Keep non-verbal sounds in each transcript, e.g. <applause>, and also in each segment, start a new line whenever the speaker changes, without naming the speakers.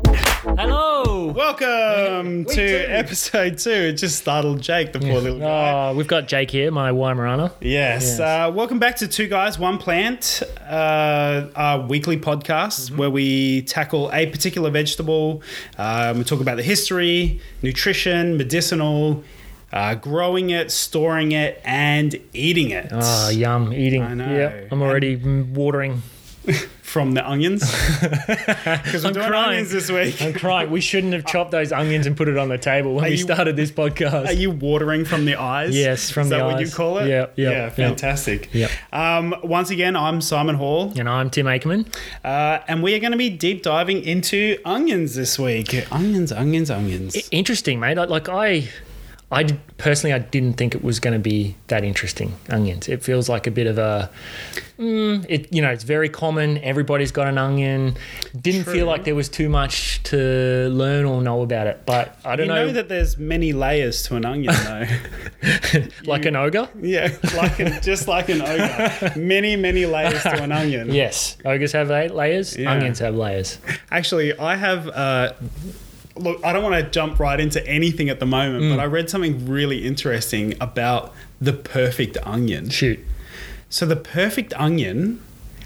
Hello.
Welcome
We
to
do.
episode two. It just startled Jake, the poor little guy.
Oh, we've got Jake here, my Weimaraner.
Yes. Uh, welcome back to Two Guys, One Plant, uh, our weekly podcast
Mm-hmm.
where we tackle a particular vegetable. Um, we talk about the history, nutrition, medicinal, uh, growing it, storing it, and eating it
Ah, yum, eating.
I know.
Yep, I'm already mm, watering.
from the
<laughs>
onions. Because we're
I'm
doing
crying.
onions this week.
I'm crying. We shouldn't have chopped those onions and put it on the table when we
you-
started this
<laughs> Are
podcast.
you watering from the eyes?
Yes, from
Is
the
that what you
eyes.
call it?
Yeah, yeah,
yeah,
yeah.
fantastic.
Yep.
Um, once again, I'm Simon Hall,
And I'm Tim Akerman.
uh, and we are going to be deep diving into onions this week. Onions, onions, onions.
Interesting, mate. I- Like I, I d- personally, I didn't think it was going to be that interesting. Onions. It feels like a bit of a, mm, it you know, it's very common. Everybody's got an onion. Didn't
True.
feel like there was too much to learn or know about it. But I
you
don't
know, that there's many layers to an onion,
<laughs>
though.
like an ogre.
yeah, like an, just like an
<laughs>
ogre, many, many layers to an onion.
Yes, ogres have eight layers.
Yeah.
Onions have layers.
Actually, I have. Uh, look, I don't want to jump right into anything at the moment,
Mm.
but I read something really interesting about the perfect onion.
Shoot.
So the perfect onion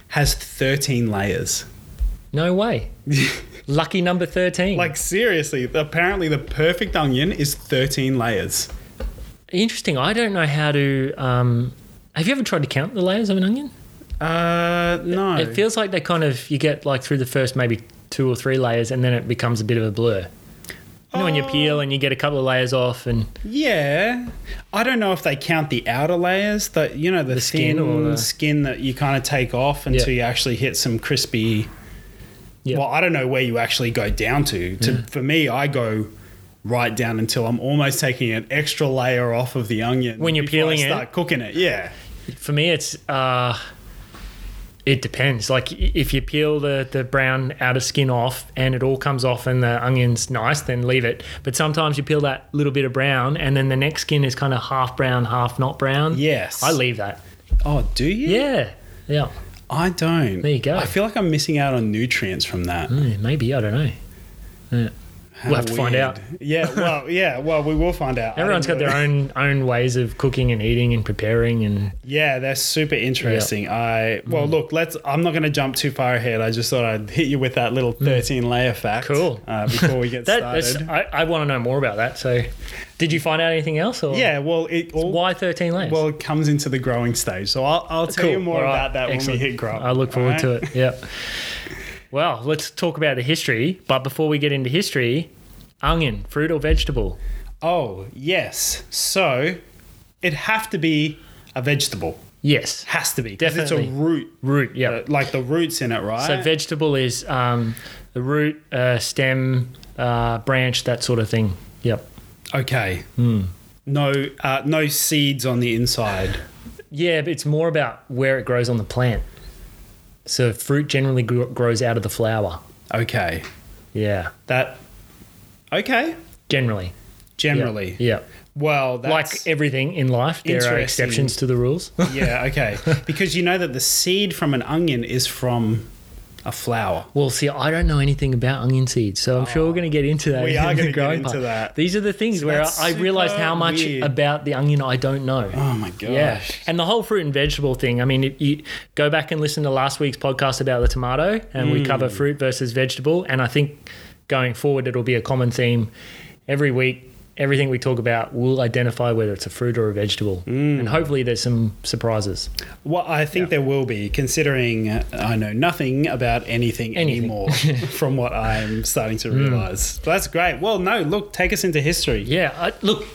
has 13 layers.
No
<laughs>
way. Lucky number 13.
Like seriously, apparently the perfect onion is 13 layers.
interesting. I don't know how to um have you ever tried to count the layers of an onion?
Uh no.
It feels like they kind of you get like through the first maybe two or three layers and then it becomes a bit of a blur. You know, when you
Oh.
peel and you get a couple of layers off and
yeah. I don't know if they count the outer layers that you know the,
skin
skin
or the-
skin that you kind of take off until
Yeah.
you actually hit some crispy
Yeah.
Well, I don't know where you actually go down to. to For me, I go right down until I'm almost taking an extra layer off of the onion
When you're
before I
peeling it?
start cooking it. Yeah.
for me it's uh it depends. Like i- if you peel the, the brown outer skin off and it all comes off and the onion's nice, then leave it. But sometimes you peel that little bit of brown and then the next skin is kind of half brown, half not brown.
Yes.
I leave that.
Oh, do you?
Yeah. Yeah.
I don't.
There you go.
I feel like I'm missing out on nutrients from that.
Hmm, Maybe, I don't know. Yeah.
How
We'll have to find
weird.
out.
Yeah, well, yeah, well, we will find out.
<laughs>
I
Everyone's got
didn't
their
really-
own own ways of cooking and eating and preparing and
Yeah, that's super interesting. I
Mm.
well, look, let's. I'm not going to jump too far ahead. I just thought I'd hit you with that little 13 layer fact.
Mm. Cool.
Uh,
<laughs>
before we get
that, that's,
started.
I, I want to know more about that. So, did you find out anything else? Or
Yeah, well, it all
why thirteen layers?
well it comes into the growing stage. So I'll, I'll tell you more
All right.
about that
Excellent.
when we hit grow.
I look forward to it. Yeah. well, let's talk about the history. But before we get into history, onion, fruit or vegetable?
Oh yes, so it'd have to be a vegetable.
Yes,
Has to be 'cause It's a
Definitely.
root.
root. Yeah.
uh, like the roots in it, right?
so vegetable is um, the root, uh, stem, uh, branch, that sort of thing. Yep.
okay.
Hmm.
No, uh, no seeds on the inside.
Yeah, but it's more about where it grows on the plant. So fruit generally gr- grows out of the flower.
Okay,
Yeah,
that. Okay,
generally. Yeah.
generally.
Yeah.
Well,
Like
that's
everything in life, there are
Interesting.
exceptions to the rules.
<laughs>
<laughs>
yeah. Okay, because you know that the seed from an onion is from a flower.
Well, see, I don't know anything about onion seeds, so I'm sure we're going to get into that.
Oh, We
in
are
the
gonna get
growing
into
part.
that.
These are the things where
that's
I realized how
super
much
weird.
about the onion I don't know.
Oh my gosh.
Yeah, and the whole fruit and vegetable thing. I mean, it, you go back and listen to last week's podcast about the tomato, and we
Mm.
cover fruit versus vegetable. And I think going forward, it'll be a common theme every week. Everything we talk about will identify whether it's a fruit or a vegetable,
Mm.
and hopefully there's some surprises.
Well, I think there will be, considering I know nothing about anything,
Anything. <laughs> Hmm.
anymore from what I'm starting to realize. But that's great. Well, no, look, take us into history.
Yeah, I, look,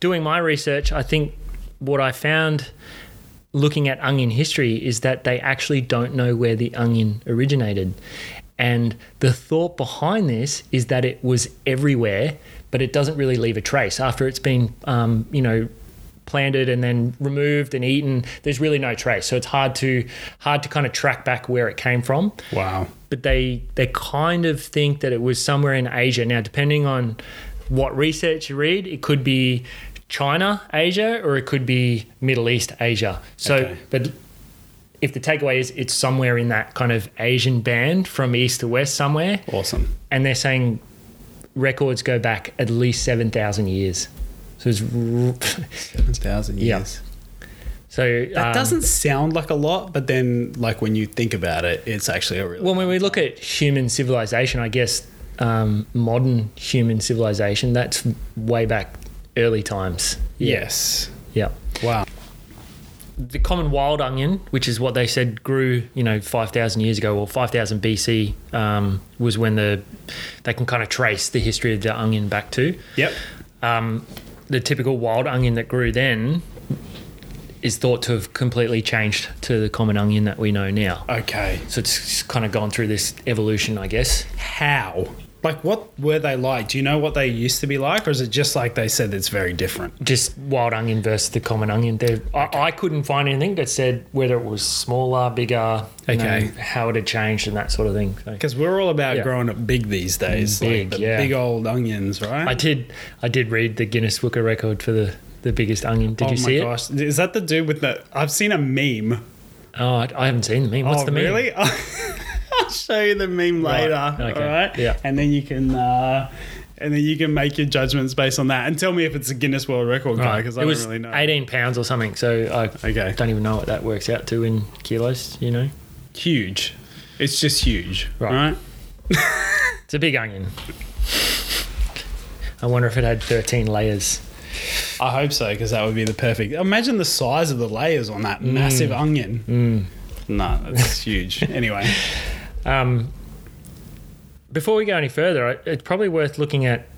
doing my research, I think what I found looking at onion history is that they actually don't know where the onion originated. And the thought behind this is that it was everywhere, but it doesn't really leave a trace after it's been, um, you know, planted and then removed and eaten. There's really no trace, so it's hard to hard to kind of track back where it came from
Wow.
but they they kind of think that it was somewhere in Asia. Now, depending on what research you read, it could be China, Asia, or it could be Middle East, Asia. So,
Okay.
but if the takeaway is it's somewhere in that kind of Asian band from east to west somewhere,
Awesome.
and they're saying records go back at least 7,000 years. So it's. r- <laughs>
Seven thousand
Yeah.
years.
So
That
um,
doesn't sound like a lot, but then like when you think about it, it's actually a really
Well, when we look at human civilization, I guess um, modern human civilization, that's way back early times.
yes.
Yeah.
Wow.
The common wild onion, which is what they said grew, you know, 5,000 years ago, or 5,000 BC um, was when the they can kind of trace the history of the onion back to.
Yep.
um, the typical wild onion that grew then is thought to have completely changed to the common onion that we know now.
Okay.
So it's kind of gone through this evolution, I guess.
How? Like, what were they like? Do you know what they used to be like, or is it just like they said it's very different?
Just wild onion versus the common onion. There, I, I couldn't find anything that said whether it was smaller, bigger, you know,
Okay.
how it had changed, and that sort of thing. So
Because we're all about
Yeah.
growing up big these days,
Big,
like the
yeah.
big old onions, right?
I did, I did read the Guinness Book of Record for the the biggest onion. Did
oh
you
my
see
gosh, is that the dude with the? I've seen a meme.
it? Oh, I, I haven't seen the meme. What's
oh,
the meme?
really? <laughs> I'll show you the meme
Right,
later.
okay,
All right.
yeah.
And then you can. Uh, and then you can make your judgments based on that, and tell me if it's a Guinness World Record guy
Right.
because
it
I
was
don't really know.
18 pounds or something. So I
Okay.
don't even know what that works out to in kilos, you know?
Huge. It's just huge,
Right.
right?
It's a big onion. I wonder if it had 13 layers.
I hope so because that would be the perfect. Imagine the size of the layers on
Mm.
that massive onion. No, that's <laughs> huge. anyway,
Um, before we go any further, I- it's probably worth looking at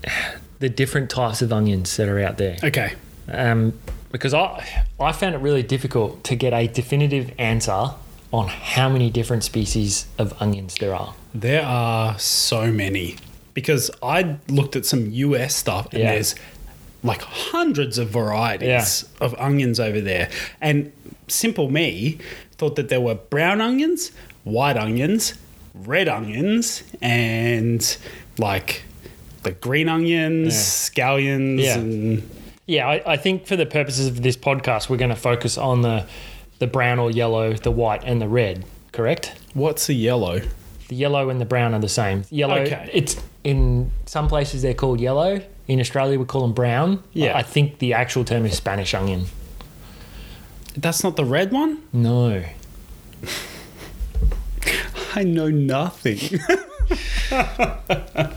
the different types of onions that are out there.
okay.
Um, because I, I found it really difficult to get a definitive answer on how many different species of onions there are.
There are so many because I looked at some US stuff and
Yeah.
there's like hundreds of varieties of onions over there. And simple me thought that there were brown onions, white onions, red onions, and like the green onions, scallions,
Yeah.
and
Yeah, I, I think for the purposes of this podcast, we're going to focus on the the brown or yellow, the white and the red. Correct?
what's a yellow?
The yellow and the brown are the same. Yellow.
Okay.
It's in some places they're called yellow. In Australia, we call them brown.
Yeah.
I think the actual term is Spanish onion.
That's not the red one?
No.
I know <laughs> nothing. I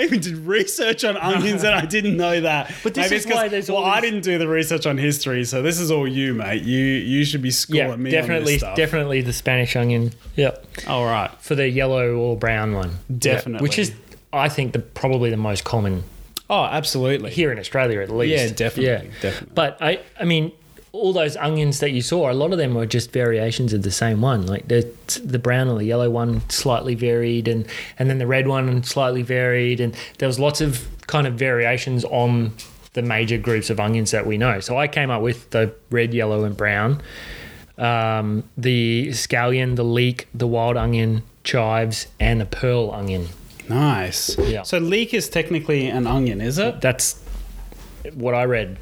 even did research on onions and I didn't know that.
But this
Maybe it's
is why
'cause-
there's
well,
all
I
these-
didn't do the research on history, so this is all you, mate. You you should be schooling
yeah,
me
definitely,
on this stuff.
definitely the Spanish onion. Yep.
All right.
For the yellow or brown one.
Definitely.
Which is, I think, the probably the most common
Oh, absolutely.
here in Australia at least.
Yeah, definitely, definitely.
But I, I mean, all those onions that you saw, a lot of them were just variations of the same one. Like the the brown or the yellow one slightly varied, and and then the red one slightly varied, and there was lots of kind of variations on the major groups of onions that we know. So I came up with the red, yellow, and brown. Um, the scallion, the leek, the wild onion, chives, and the pearl onion.
Nice.
Yeah.
So leek is technically an onion, is it?
That's what I read.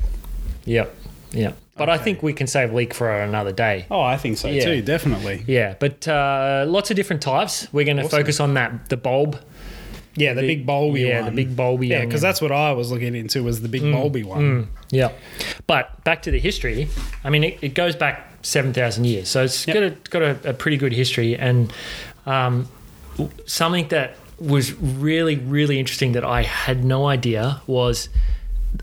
Yep. Yep. But I
Okay.
think we can save leak for another day.
Oh, I think so
Yeah.
too, definitely.
Yeah, but uh, lots of different types. We're going to
Awesome.
focus on that the bulb.
Yeah, the, big bulby Mm,
yeah,
one.
the big bulby.
Yeah, because that's what I was looking into was the big bulby one.
yeah. But back to the history. I mean, it, it goes back seven thousand years, so it's
Yep.
got, a, got a, a pretty good history. And um, w- something that was really really interesting that I had no idea was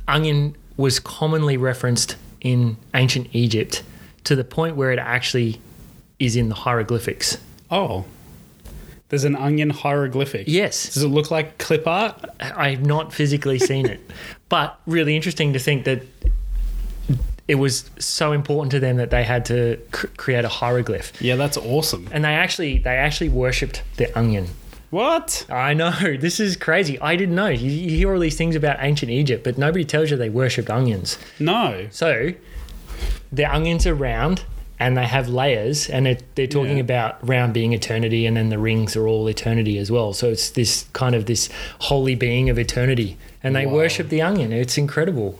onion was commonly referenced in ancient Egypt to the point where it actually is in the hieroglyphics.
Oh. There's an onion hieroglyphic.
Yes.
Does it look like clip art?
I've not physically seen <laughs> it, but really interesting to think that it was so important to them that they had to cr- create a hieroglyph.
Yeah, that's awesome.
And they actually they actually worshipped the onion.
What?
I know <laughs> this is crazy. I didn't know. You, you hear all these things about ancient Egypt, but nobody tells you they worshipped onions.
No.
So the onions are round and they have layers, and it, they're talking
Yeah.
about round being eternity, and then the rings are all eternity as well. So it's this kind of this holy being of eternity, and they
Wow.
worship the onion. It's incredible.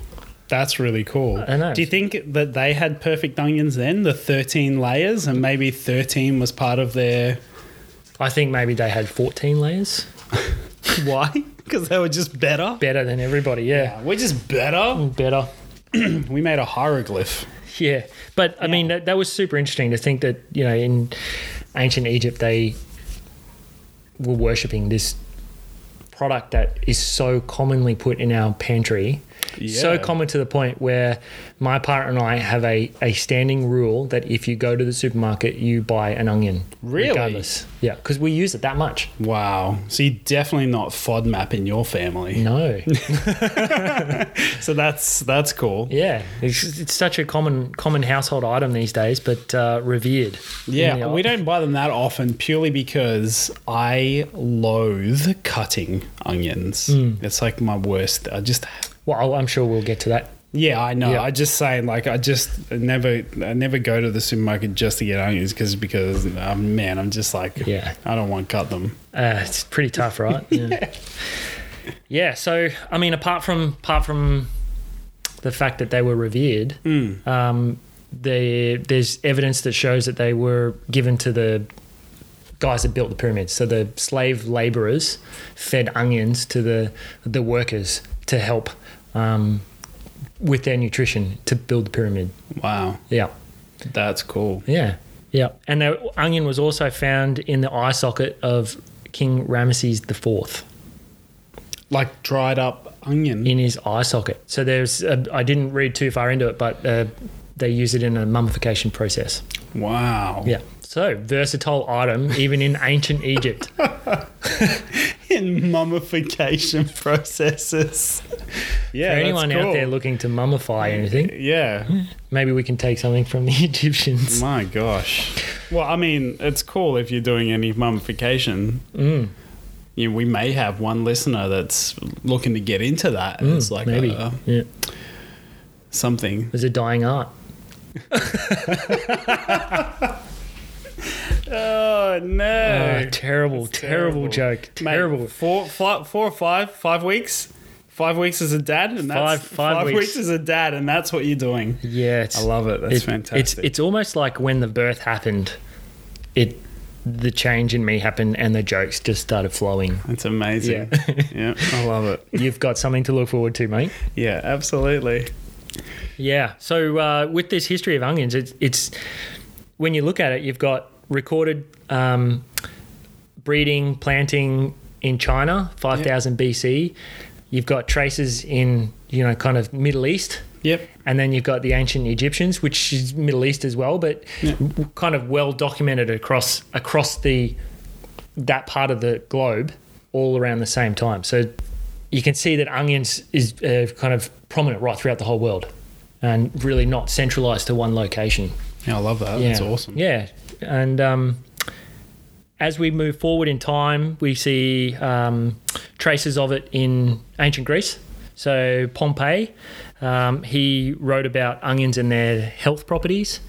That's really cool.
I know.
Do you think that they had perfect onions then, the 13 layers, and maybe 13 was part of
<laughs>
their.
I think maybe they had 14 layers.
Why? Because they were just better?
Better than everybody, yeah.
Yeah, We're just better.
Better.
We made a hieroglyph.
Yeah. But I mean, that, that was super interesting to think that, you know, in ancient Egypt, they were worshipping this product that is so commonly put in our pantry. So
Yeah.
common to the point where my partner and I have a, a standing rule that if you go to the supermarket, you buy an onion.
Really?
Regardless. Yeah, because we use it that much.
Wow. So you're definitely not FODMAP in your family. <laughs>
No.
So that's that's cool.
Yeah, it's, it's such a common common household item these days, but uh, revered. In
Yeah,
the-
we don't buy them that often purely because I loathe cutting onions.
Hmm.
It's like my worst. I just
Well, I'm sure we'll get to that.
Yeah, I know.
Yeah.
I just saying like I just never I never go to the supermarket just to get onions cause, because uh, man, I'm just like
Yeah.
I don't want to cut them.
Uh, it's pretty tough, right? Yeah. yeah. So, I mean, apart from apart from the fact that they were revered, um, they, there's evidence that shows that they were given to the guys that built the pyramids. So the slave laborers fed onions to the the workers to help um, with their nutrition to build the pyramid.
Wow,
Yeah.
that's cool.
Yeah. Yeah. And the onion was also found in the eye socket of King Ramesses the Fourth
Like dried up onion.
in his eye socket. So there's, I I didn't read too far into it, but uh, they use it in a mummification process.
Wow.
Yeah. So versatile item, even in ancient <laughs> Egypt.
<laughs> In mummification <laughs> processes. Yeah.
For
that's
anyone out
cool.
there looking to mummify anything, <laughs>
Yeah.
maybe we can take something from the <laughs> Egyptians.
My gosh. Well, I mean, it's cool if you're doing any mummification.
Mm.
You know, we may have one listener that's looking to get into that. and it's like
Mm, maybe.
uh,
yeah.
something.
It's a dying art.
Oh no!
Oh, terrible, terrible, joke.
Mate,
Terrible.
Four, fi- four or five, five weeks. Five weeks as a dad, and
Five-
that's
five
weeks.
weeks.
as a dad, and that's what you're doing.
Yeah, it's,
I love it. That's fantastic.
It's it's almost like when the birth happened, it the change in me happened and the jokes just started <laughs> flowing.
That's amazing. yeah, <laughs> I love it.
You've got something to look forward to, mate.
Yeah, absolutely.
Yeah. So uh, with this history of onions, it's it's when you look at it, you've got recorded um, breeding, planting in China, five thousand BC. You've got traces in you know kind of Middle East.
Yep.
And then you've got the ancient Egyptians, which is Middle East as well, but w- kind of well documented across across the that part of the globe all around the same time. So you can see that onions is uh, kind of prominent right throughout the whole world, and really not centralized to one location.
Yeah, I love that.
Yeah.
That's awesome.
Yeah, and um, as we move forward in time, we see um, traces of it in ancient Greece. So Pompey, um, he wrote about onions and their health properties,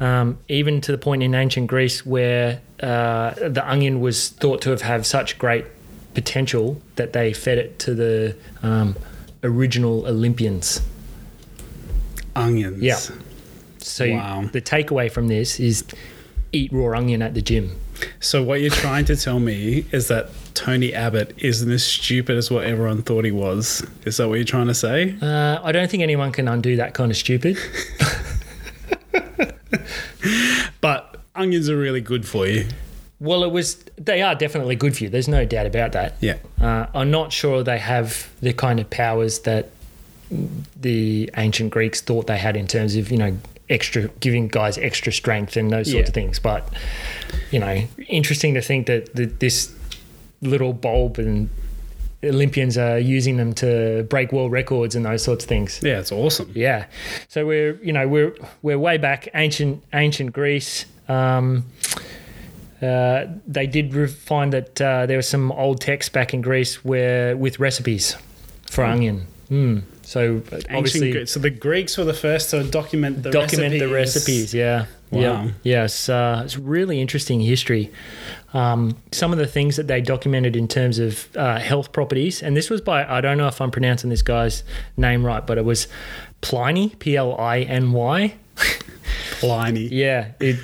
um, even to the point in ancient Greece where uh, the onion was thought to have had such great potential that they fed it to the um, original Olympians.
Onions.
Yeah. So
Wow.
the takeaway from this is eat raw onion at the gym.
So what you're trying to tell me is that Tony Abbott isn't as stupid as what everyone thought he was. Is that what you're trying to say?
Uh, I don't think anyone can undo that kind of stupid.
But onions are really good for you.
well, it was they are definitely good for you. There's no doubt about that.
Yeah.
Uh, I'm not sure they have the kind of powers that the ancient Greeks thought they had in terms of you know extra giving guys extra strength and those sorts
Yeah.
of things. But you know, interesting to think that th- this little bulb and Olympians are using them to break world records and those sorts of things.
Yeah, it's awesome.
Yeah. So we're you know we're we're way back ancient ancient Greece. Um, uh, they did re- find that uh, there was some old texts back in Greece where with recipes for onion. Mm. So
Hmm. Ancient
obviously
Gre- so the Greeks were the first to document the
document the
recipes.
recipes. Yeah. Yeah. Yes. Uh, it's really interesting history. Um, some of the things that they documented in terms of uh, health properties, and this was by, I don't know if I'm pronouncing this guy's name right, but it was Pliny, P L I N
<laughs>
Y.
Pliny.
Yeah. It,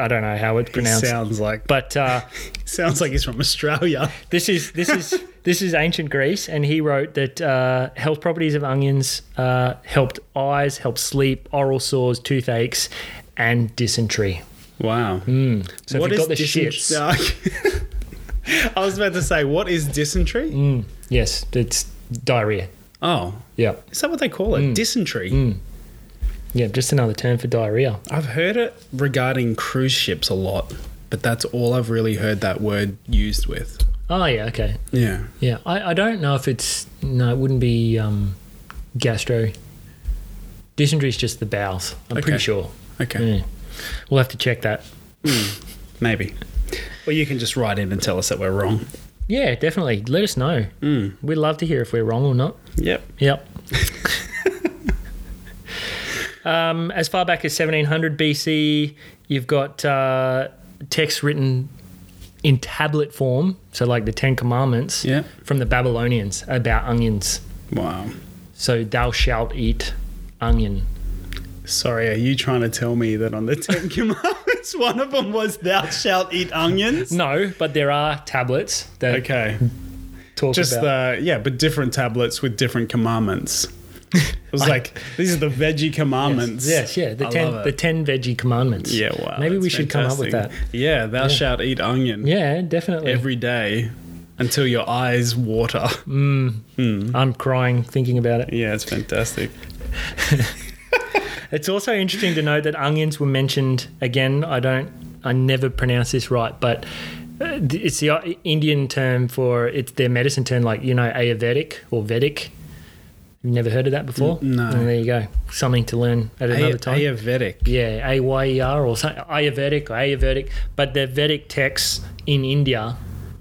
I don't know how it's pronounced.
Sounds like
But uh,
sounds like he's from Australia.
this is this
<laughs>
is this is ancient Greece, and he wrote that uh, health properties of onions uh, helped eyes, helped sleep, oral sores, toothaches, and dysentery.
Wow.
So
What
if
is
you've got the
dysen-
shits,
<laughs> I was about to say, what is dysentery?
yes, it's diarrhea.
Oh,
Yeah,
is that what they call it? Dysentery.
yeah, just another term for diarrhea.
I've heard it regarding cruise ships a lot, but that's all I've really heard that word used with.
Oh yeah, okay,
Yeah.
yeah. I, I don't know if it's no, it wouldn't be um, gastro. Dysentery is just the bowels. I'm
Okay.
pretty sure.
Okay.
Yeah. We'll have to check that.
Maybe. Or you can just write in and tell us that we're wrong.
Yeah, definitely. Let us know. We'd love to hear if we're wrong or not.
Yep.
Yep. <laughs> um, as far back as 1700 BC, you've got uh, text written in tablet form, so like the Ten Commandments,
Yeah.
from the Babylonians about onions.
Wow.
So thou shalt eat onion.
Sorry, are you trying to tell me that
<laughs>
on the Ten Commandments, one of them was "Thou shalt eat onions"?
No, but there are tablets that
Okay,
talk
just
about.
the yeah, but different tablets with different commandments. It was like these are the veggie commandments.
Yes, yeah, the
I
ten,
love
the
it.
ten veggie commandments.
yeah, wow.
Maybe
that's
we should come up with that.
fantastic. Yeah, thou shalt eat onion
Yeah, definitely.
every day until your eyes water.
Mm. I'm crying thinking about it.
Yeah, it's fantastic.
It's also interesting to note that onions were mentioned again. I don't, I never pronounce this right, but uh, th- it's the uh, Indian term for it's their medicine term, like you know Ayurvedic or Vedic. You've never heard of that before?
no.
And there you go, something to learn at another
Ay-
time.
Ayurvedic.
yeah, A Y E R or something, Ayurvedic or Ayurvedic, but the Vedic texts in India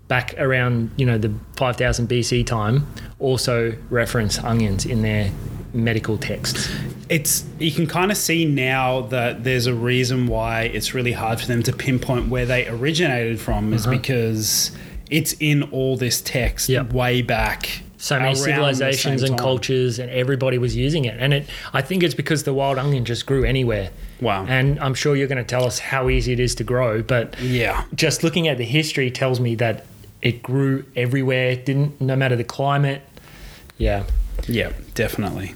back around you know the 5000 BC time also reference onions in their medical texts.
it's you can kind of see now that there's a reason why it's really hard for them to pinpoint where they originated from
Uh-huh.
is because it's in all this text
Yeah.
way back.
so many
around the
civilizations
same
and
time.
cultures and everybody was using it and it i think it's because the wild onion just grew anywhere
Wow.
and i'm sure you're going to tell us how easy it is to grow but
Yeah.
just looking at the history tells me that it grew everywhere it didn't no matter the climate yeah
Yeah, definitely.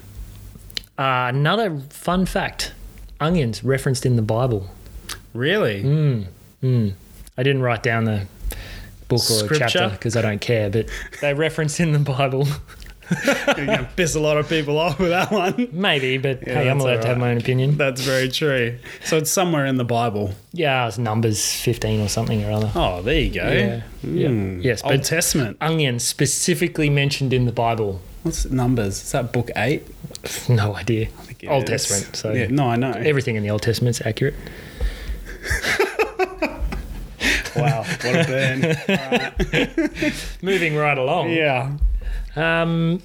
uh, another fun fact onions referenced in the bible
Really?
Mm. i didn't write down the book or
Scripture?
chapter because i don't care but they referenced in the bible
<laughs>
<laughs>
You're going to piss a lot of people off with that one.
maybe but hey i'm
that's
allowed to have
alright.
my own opinion
That's very true. So it's somewhere in the Bible.
yeah it's numbers 15 or something or other
Oh, there you go.
Yeah. Yeah.
Mm.
Yes,
Old
but-
Testament.
onion specifically mentioned in the Bible? <laughs>
What's numbers? Is that book eight?
No idea.
I think it
Old
is.
Testament. So
yeah, no, I
<laughs>
know.
everything in the Old Testament's accurate.
wow, what a burn.
Moving right along. <laughs>
<laughs> yeah.
Um,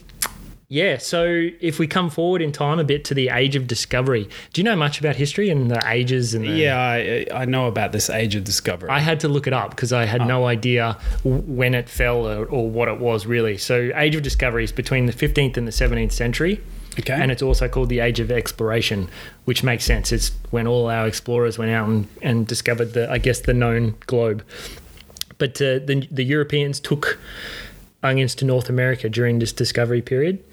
yeah. So if we come forward in time a bit to the age of discovery, do you know much about history and the ages and the,
Yeah, I, I know about this age of discovery.
I had to look it up because I
Ah.
had no idea w- when it fell or, or what it was really. So, Age of Discovery is between the 15th and the 17th century.
Okay.
And it's also called the Age of Exploration, which makes sense. It's when all our explorers went out and, and discovered the, I guess, the known globe. But uh, the, the Europeans took onions to North America during this discovery period.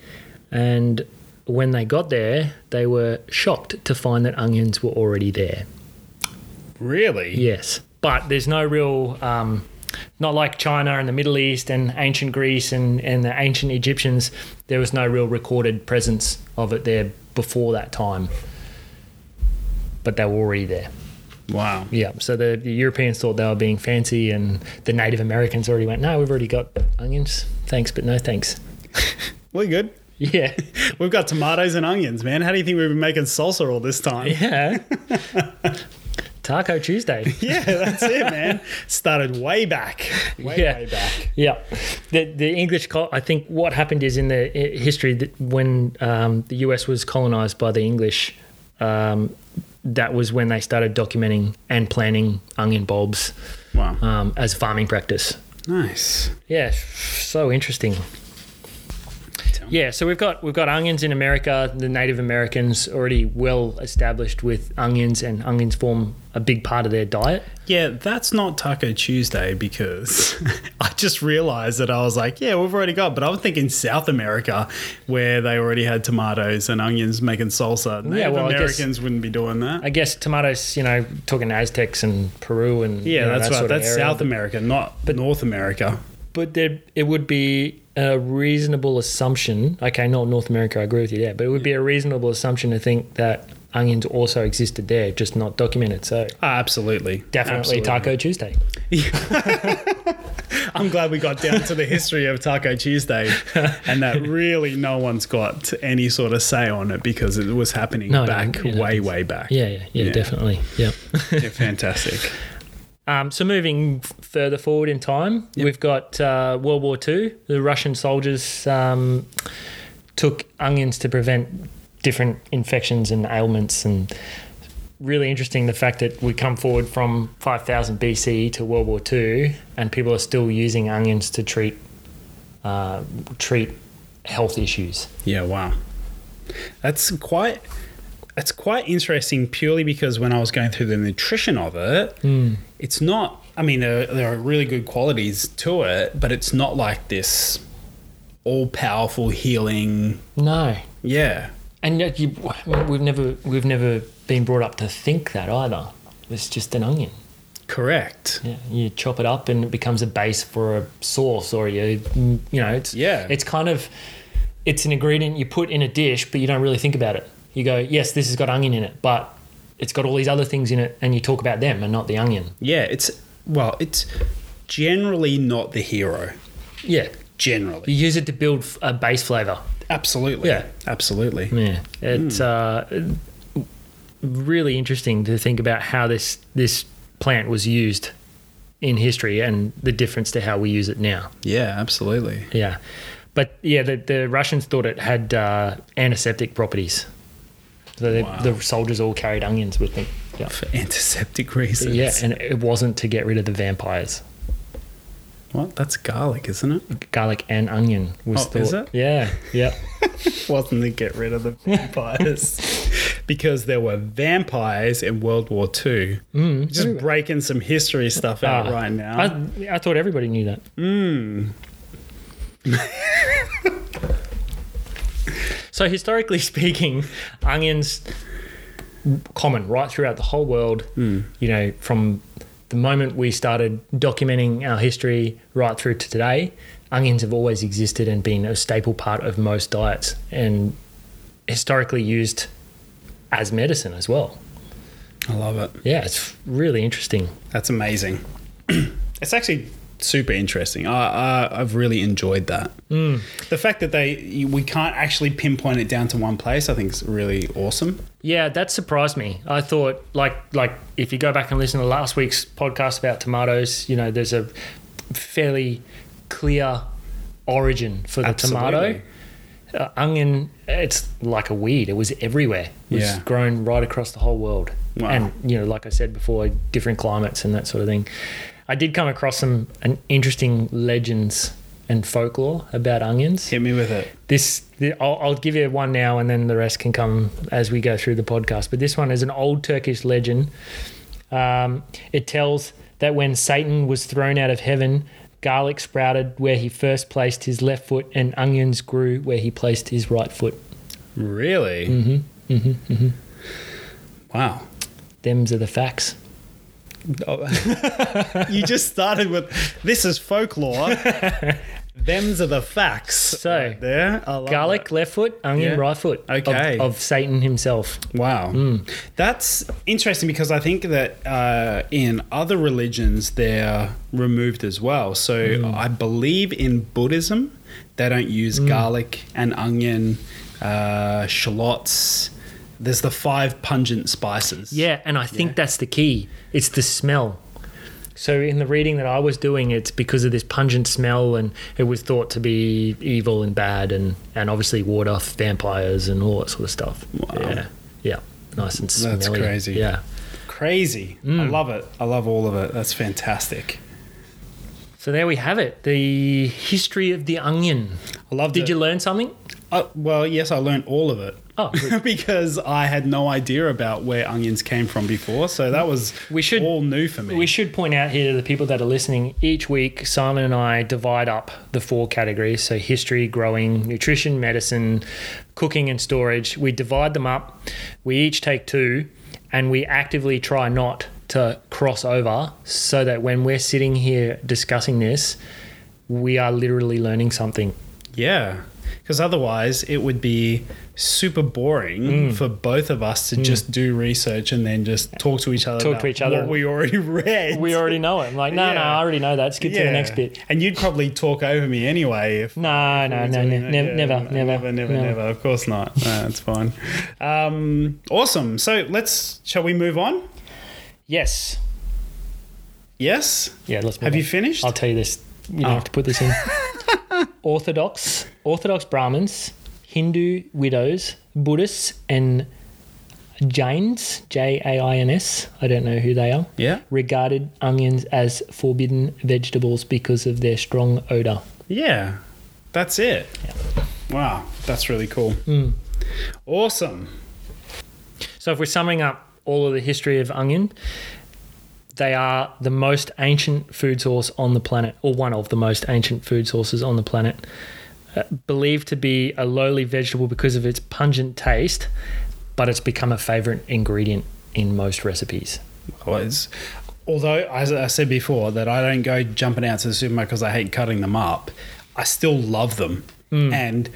And when they got there, they were shocked to find that onions were already there.
Really?
Yes, but there's no real, um, not like China and the Middle East and ancient Greece and, and the ancient Egyptians, there was no real recorded presence of it there before that time. But they were already there.
Wow.
Yeah. So the, the Europeans thought they were being fancy, and the Native Americans already went, no, we've already got onions. Thanks, but no thanks. <laughs>
We're good.
Yeah.
We've got tomatoes and onions, man. How do you think we've been making salsa all this time?
<laughs> Yeah. Taco Tuesday.
<laughs>
Yeah, that's it, man. Started way back. Way,
Yeah.
way back.
<laughs> Yeah, the the English. Col- I think what happened is in the i- history that when um, the US was colonized by the English, um, that was when they started documenting and planting onion bulbs
Wow.
um, as farming practice.
Nice.
Yeah, so interesting.
Tell me.
Yeah, so we've got we've got onions in America. The Native Americans already well established with onions, and onions form a big part of their diet.
Yeah, that's not Taco Tuesday because <laughs> I just realized that I was like, yeah, we've already got, but I was thinking South America where they already had tomatoes and onions making salsa. Native
well, I guess-
Americans wouldn't be doing that.
I guess tomatoes, you know, talking Aztecs and Peru and
Yeah,
you know,
that's
that
right.
sort of
That's
area.
South America, not North America.
But there, it would be a reasonable assumption. Okay, not North America. I agree with you there, but it would be a reasonable assumption to think that onions also existed there, just not documented. So
Ah, absolutely.
definitely
Absolutely.
Taco Tuesday.
I'm glad we got down to the history of Taco
<laughs>
Tuesday and that really no one's got any sort of say on it because it was happening
No, no,
back
yeah,
way,
it's-
way back.
Yeah, yeah, yeah,
Yeah.
definitely. Yeah.
Yeah, fantastic.
Um, so moving f- further forward in time, we've got uh, World War II. The Russian soldiers um, took onions to prevent different infections and ailments, and really interesting the fact that we come forward from 5000 BCE to World War II, and people are still using onions to treat uh, treat health issues.
Yeah, wow.
That's quite. That's quite interesting, purely because when I was going through the nutrition of it,
Hmm.
it's not. I mean, there, there are really good qualities to it, but it's not like this all-powerful healing.
No,
Yeah,
and yet you, I mean, we've never we've never been brought up to think that either. It's just an onion.
correct.
Yeah, you chop it up and it becomes a base for a sauce or you you know it's
Yeah.
it's kind of it's an ingredient you put in a dish but you don't really think about it. You go, yes, this has got onion in it, but it's got all these other things in it and you talk about them and not the onion.
Yeah, it's well, it's generally not the hero.
Yeah.
Generally,
You use it to build f- a base flavor.
absolutely.
Yeah.
absolutely.
Yeah. It's uh, really interesting to think about how this this plant was used in history and the difference to how we use it now.
Yeah, absolutely.
Yeah. But yeah, the, the Russians thought it had uh, antiseptic properties. So the, the soldiers all carried onions with them. Yeah.
For antiseptic <laughs> reasons.
Yeah, and it wasn't to get rid of the vampires.
What? That's garlic, isn't it?
Garlic and onion was
Oh,
thought.
is it?
Yeah, yeah.
wasn't to get rid of the vampires <laughs> because there were vampires in World War II. Mm, Just breaking some history stuff out
Ah,
right now. Hmm.
I, I thought everybody knew that. so historically speaking, onions common right throughout the whole world.
Hmm.
You know, from the moment we started documenting our history right through to today, onions have always existed and been a staple part of most diets and historically used as medicine as well.
I love it.
Yeah, it's really interesting.
That's amazing. <clears throat> it's actually super interesting. I, I I've really enjoyed that.
The fact that they you- we can't actually pinpoint it down to one place, I think, is really awesome.
Yeah, that surprised me. I thought like like if you go back and listen to last week's podcast about tomatoes, you know, there's a fairly clear origin for the
Absolutely.
tomato. Uh, onion, it's like a weed. It was everywhere. It was
Yeah.
grown right across the whole world.
Wow.
And you know, like I said before, different climates and that sort of thing. I did come across some an interesting legends and folklore about onions
Hit me with it.
this the, I'll, I'll give you one now and then the rest can come as we go through the podcast but this one is an old turkish legend um, it tells that when satan was thrown out of heaven garlic sprouted where he first placed his left foot and onions grew where he placed his right foot
Really? Mm-hmm. Mm-hmm. <laughs> Wow.
Them's are the facts
you just started with this is <laughs> folklore. Them's are the facts.
So,
right there, I love
garlic left foot onion
Yeah.
right foot of-
Okay.
of, satan himself
it. Wow.
Mm.
That's interesting because I think that uh, in other religions they're removed as well. So
Mm.
I believe in Buddhism they don't use garlic and onion, uh, shallots. There's the five pungent spices.
Yeah, and I think that's the key. It's the smell. So in the reading that I was doing, it's because of this pungent smell, and it was thought to be evil and bad, and and obviously ward off vampires and all that sort of stuff. Yeah, yeah, nice and smelly.
That's crazy.
Yeah.
Crazy. I
Mm.
love it. I love all of it. That's fantastic.
So there we have it. The history of the onion.
I loved
Did
it.
you learn something?
Uh, well, yes, I learned all of it. <laughs>
Oh,
because I had no idea about where onions came from before, so that was
We should-
all new for me.
We should point out here to the people that are listening each week, Simon and I divide up the four categories so history, growing, nutrition, medicine, cooking, and storage. We divide them up. We each take two, and we actively try not to cross over so that when we're sitting here discussing this, we are literally learning something.
yeah, because otherwise it would be super boring
Mm.
for both of us to just do research and then just talk to each other.
Talk to
about
each other.
What we already <laughs> read.
We already know it. I'm like, no, no,
Yeah.
I already know that. Skip to the next bit.
And you'd probably talk over me anyway if
No, <laughs> no, no, no,
Yeah,
nev- never,
no,
never,
never, never, never. Of course not. No, it's fine. Um, awesome. So let's. Shall we move on?
Yes.
Yes.
Yeah, let's. move
Have
on.
you finished?
I'll tell you this. You don't
Oh.
have to put this in. Orthodox, Orthodox Brahmins, Hindu widows, Buddhists, and Jains, J A I N S, I don't know who they are,
yeah.
regarded onions as forbidden vegetables because of their strong odor.
Yeah. That's it. Wow. That's really cool.
Mm.
Awesome.
So, if we're summing up all of the history of onion, they are the most ancient food source on the planet, or one of the most ancient food sources on the planet. Uh, believed to be a lowly vegetable because of its pungent taste, but it's become a favorite ingredient in most recipes.
Well, it's- although, as I said before, that I don't go jumping out to the supermarket because I hate cutting them up, I still love them.
Hmm.
And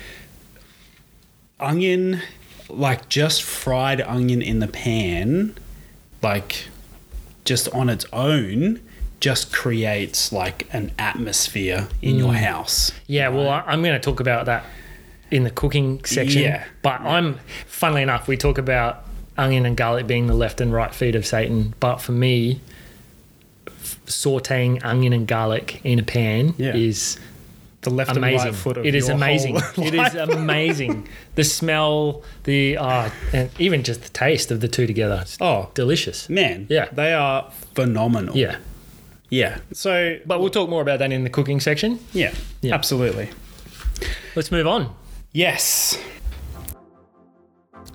onion, like just fried onion in the pan, like just on its own, just creates like an atmosphere in your
Hmm.
house.
Yeah, well, I, I'm going to talk about that in the cooking section.
Yeah.
But I'm, funnily enough, we talk about onion and garlic being the left and right feet of Satan. But for me, f- sauteing onion and garlic in a pan
Yeah.
is
The left and
amazing.
right foot of
it is
your
amazing.
whole <laughs>
It is amazing. the smell, the uh, and even just the taste of the two together. It's
Oh.
delicious.
Man,
Yeah.
they are phenomenal.
Yeah.
yeah. So,
But we'll talk more about that in the cooking section.
yeah,
Yeah.
absolutely.
Let's move on.
Yes,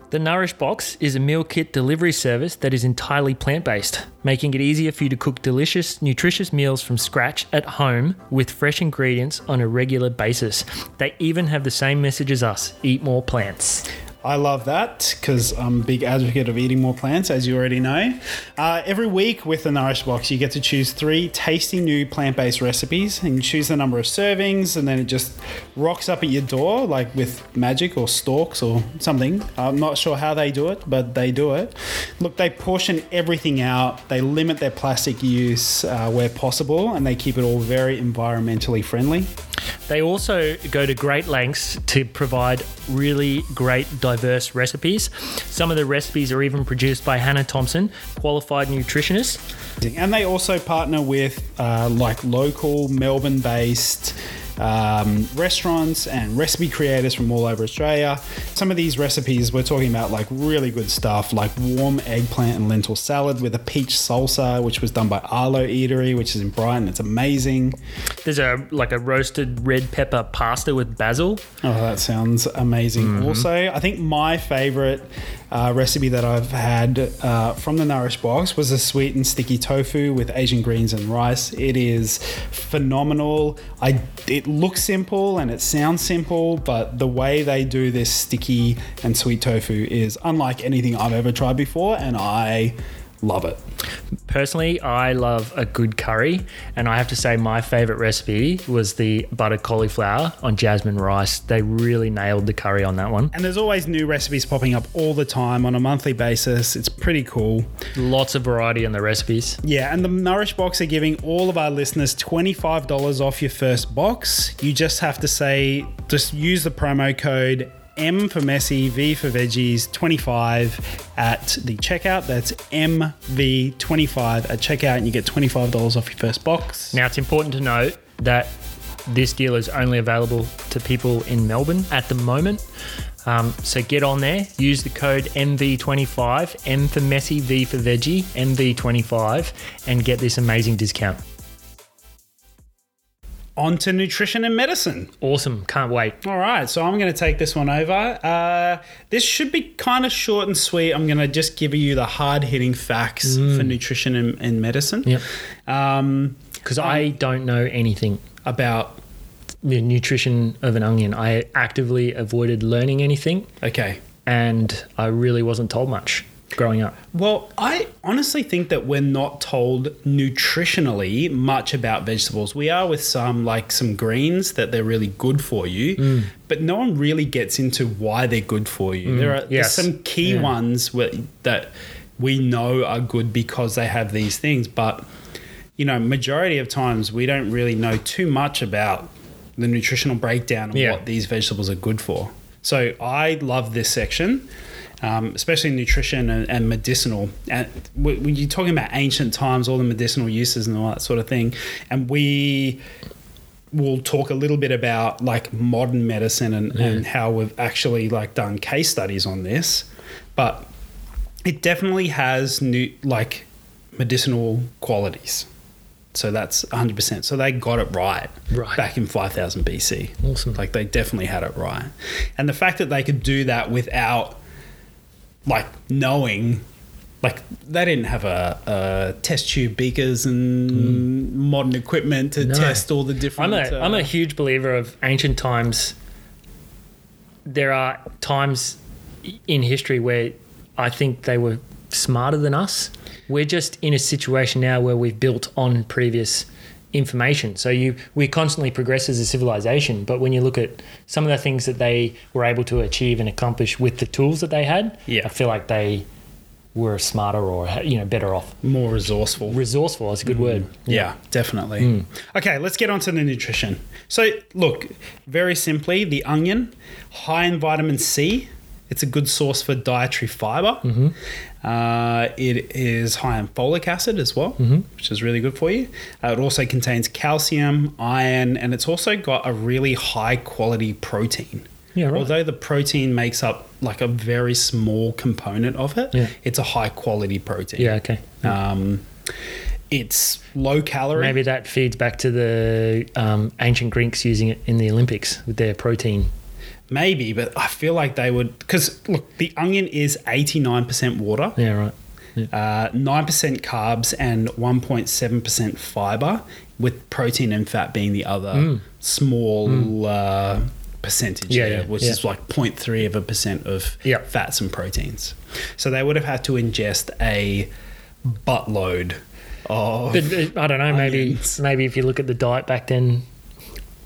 The Nourish Box is a meal kit delivery service that is entirely plant based, making it easier for you to cook delicious, nutritious meals from scratch at home with fresh ingredients on a regular basis. They even have the same message as us eat more plants.
I love that because I'm a big advocate of eating more plants, as you already know. Uh, every week with the Nourish Box, you get to choose three tasty new plant based recipes and you choose the number of servings, and then it just rocks up at your door like with magic or stalks or something. I'm not sure how they do it, but they do it. Look, they portion everything out, they limit their plastic use uh, where possible, and they keep it all very environmentally friendly.
They also go to great lengths to provide really great, diverse recipes. Some of the recipes are even produced by Hannah Thompson, qualified nutritionist.
And they also partner with uh, like local Melbourne based um, restaurants and recipe creators from all over Australia. Some of these recipes we're talking about like really good stuff, like warm eggplant and lentil salad with a peach salsa, which was done by Arlo Eatery, which is in Brighton. It's amazing.
There's a like a roasted red pepper pasta with basil.
Oh, that sounds amazing. Also, I think my favorite uh, recipe that I've had uh, from the Nourish Box was a sweet and sticky tofu with Asian greens and rice. It is phenomenal. I it looks simple and it sounds simple, but the way they do this sticky and sweet tofu is unlike anything I've ever tried before, and I love it.
Personally, I love a good curry, and I have to say my favorite recipe was the buttered cauliflower on jasmine rice. They really nailed the curry on that one.
And there's always new recipes popping up all the time on a monthly basis. It's pretty cool.
Lots of variety in the recipes.
Yeah, and the Nourish Box are giving all of our listeners $25 off your first box. You just have to say, just use the promo code M for messy, V for veggies, 25 at the checkout. That's MV25 at checkout, and you get $25 off your first box.
Now, it's important to note that this deal is only available to people in Melbourne at the moment. Um, so get on there, use the code MV25, M for messy, V for veggie, MV25, and get this amazing discount.
On to nutrition and medicine.
Awesome, can't wait.
All right, so I'm going to take this one over. Uh, this should be kind of short and sweet. I'm going to just give you the hard hitting facts for nutrition and, and medicine.
Yep.
Um,
Because I don't know anything
about,
the nutrition of an onion. I actively avoided learning anything
okay.
and I really wasn't told much growing up.
Well, I honestly think that we're not told nutritionally much about vegetables. We are with some, like some greens, that they're really good for you,
Mm.
but no one really gets into why they're good for you. there are
yes.
there's some key
Yeah.
ones where, that we know are good because they have these things, but you know, majority of times we don't really know too much about the nutritional breakdown and
Yeah.
what these vegetables are good for. So I love this section, um, especially nutrition and, and medicinal. And w- when you're talking about ancient times, all the medicinal uses and all that sort of thing, and we will talk a little bit about like modern medicine and, and how we've actually like done case studies on this, but it definitely has new like medicinal qualities. So that's 100%. So they got it right,
Right.
back in 5000 BC.
Awesome.
Like they definitely had it right. And the fact that they could do that without like knowing like they didn't have a, a test tube beakers and modern equipment to
Mm. No.
test all the
I'm
different
a
uh,
am a huge believer of ancient times. There are times in history where I think they were smarter than us. We're just in a situation now where we've built on previous information. So you we constantly progress as a civilization, but when you look at some of the things that they were able to achieve and accomplish with the tools that they had,
Yeah.
I feel like they were smarter or you know better off.
more resourceful
Resourceful is a good word.
Yeah, definitely.
Hmm.
Okay, let's get on to the nutrition. So, look, very simply, the onion, high in vitamin C. It's a good source for dietary fiber.
Mm-hmm.
Uh, it is high in folic acid as well,
Mm-hmm.
which is really good for you. Uh, it also contains calcium, iron, and it's also got a really high quality protein.
Yeah, right.
Although the protein makes up like a very small component of it,
Yeah.
it's a high quality protein.
Yeah, okay.
Um, it's low calorie.
Hmm. Maybe that feeds back to the um, ancient Greeks using it in the Olympics with their protein.
Maybe, but I feel like they would. Because, look, the onion is 89% water,
Yeah, right.
uh, 9% carbs, and 1.7% fiber, with protein and fat being the other small uh, percentage.
Hmm. Yeah,
there,
yeah,
Which
yeah.
is like 0.3 of a percent of
Yeah.
fats and proteins. So they would have had to ingest a buttload of.
But uh, I don't know. Maybe
Onions.
maybe if you look at the diet back then,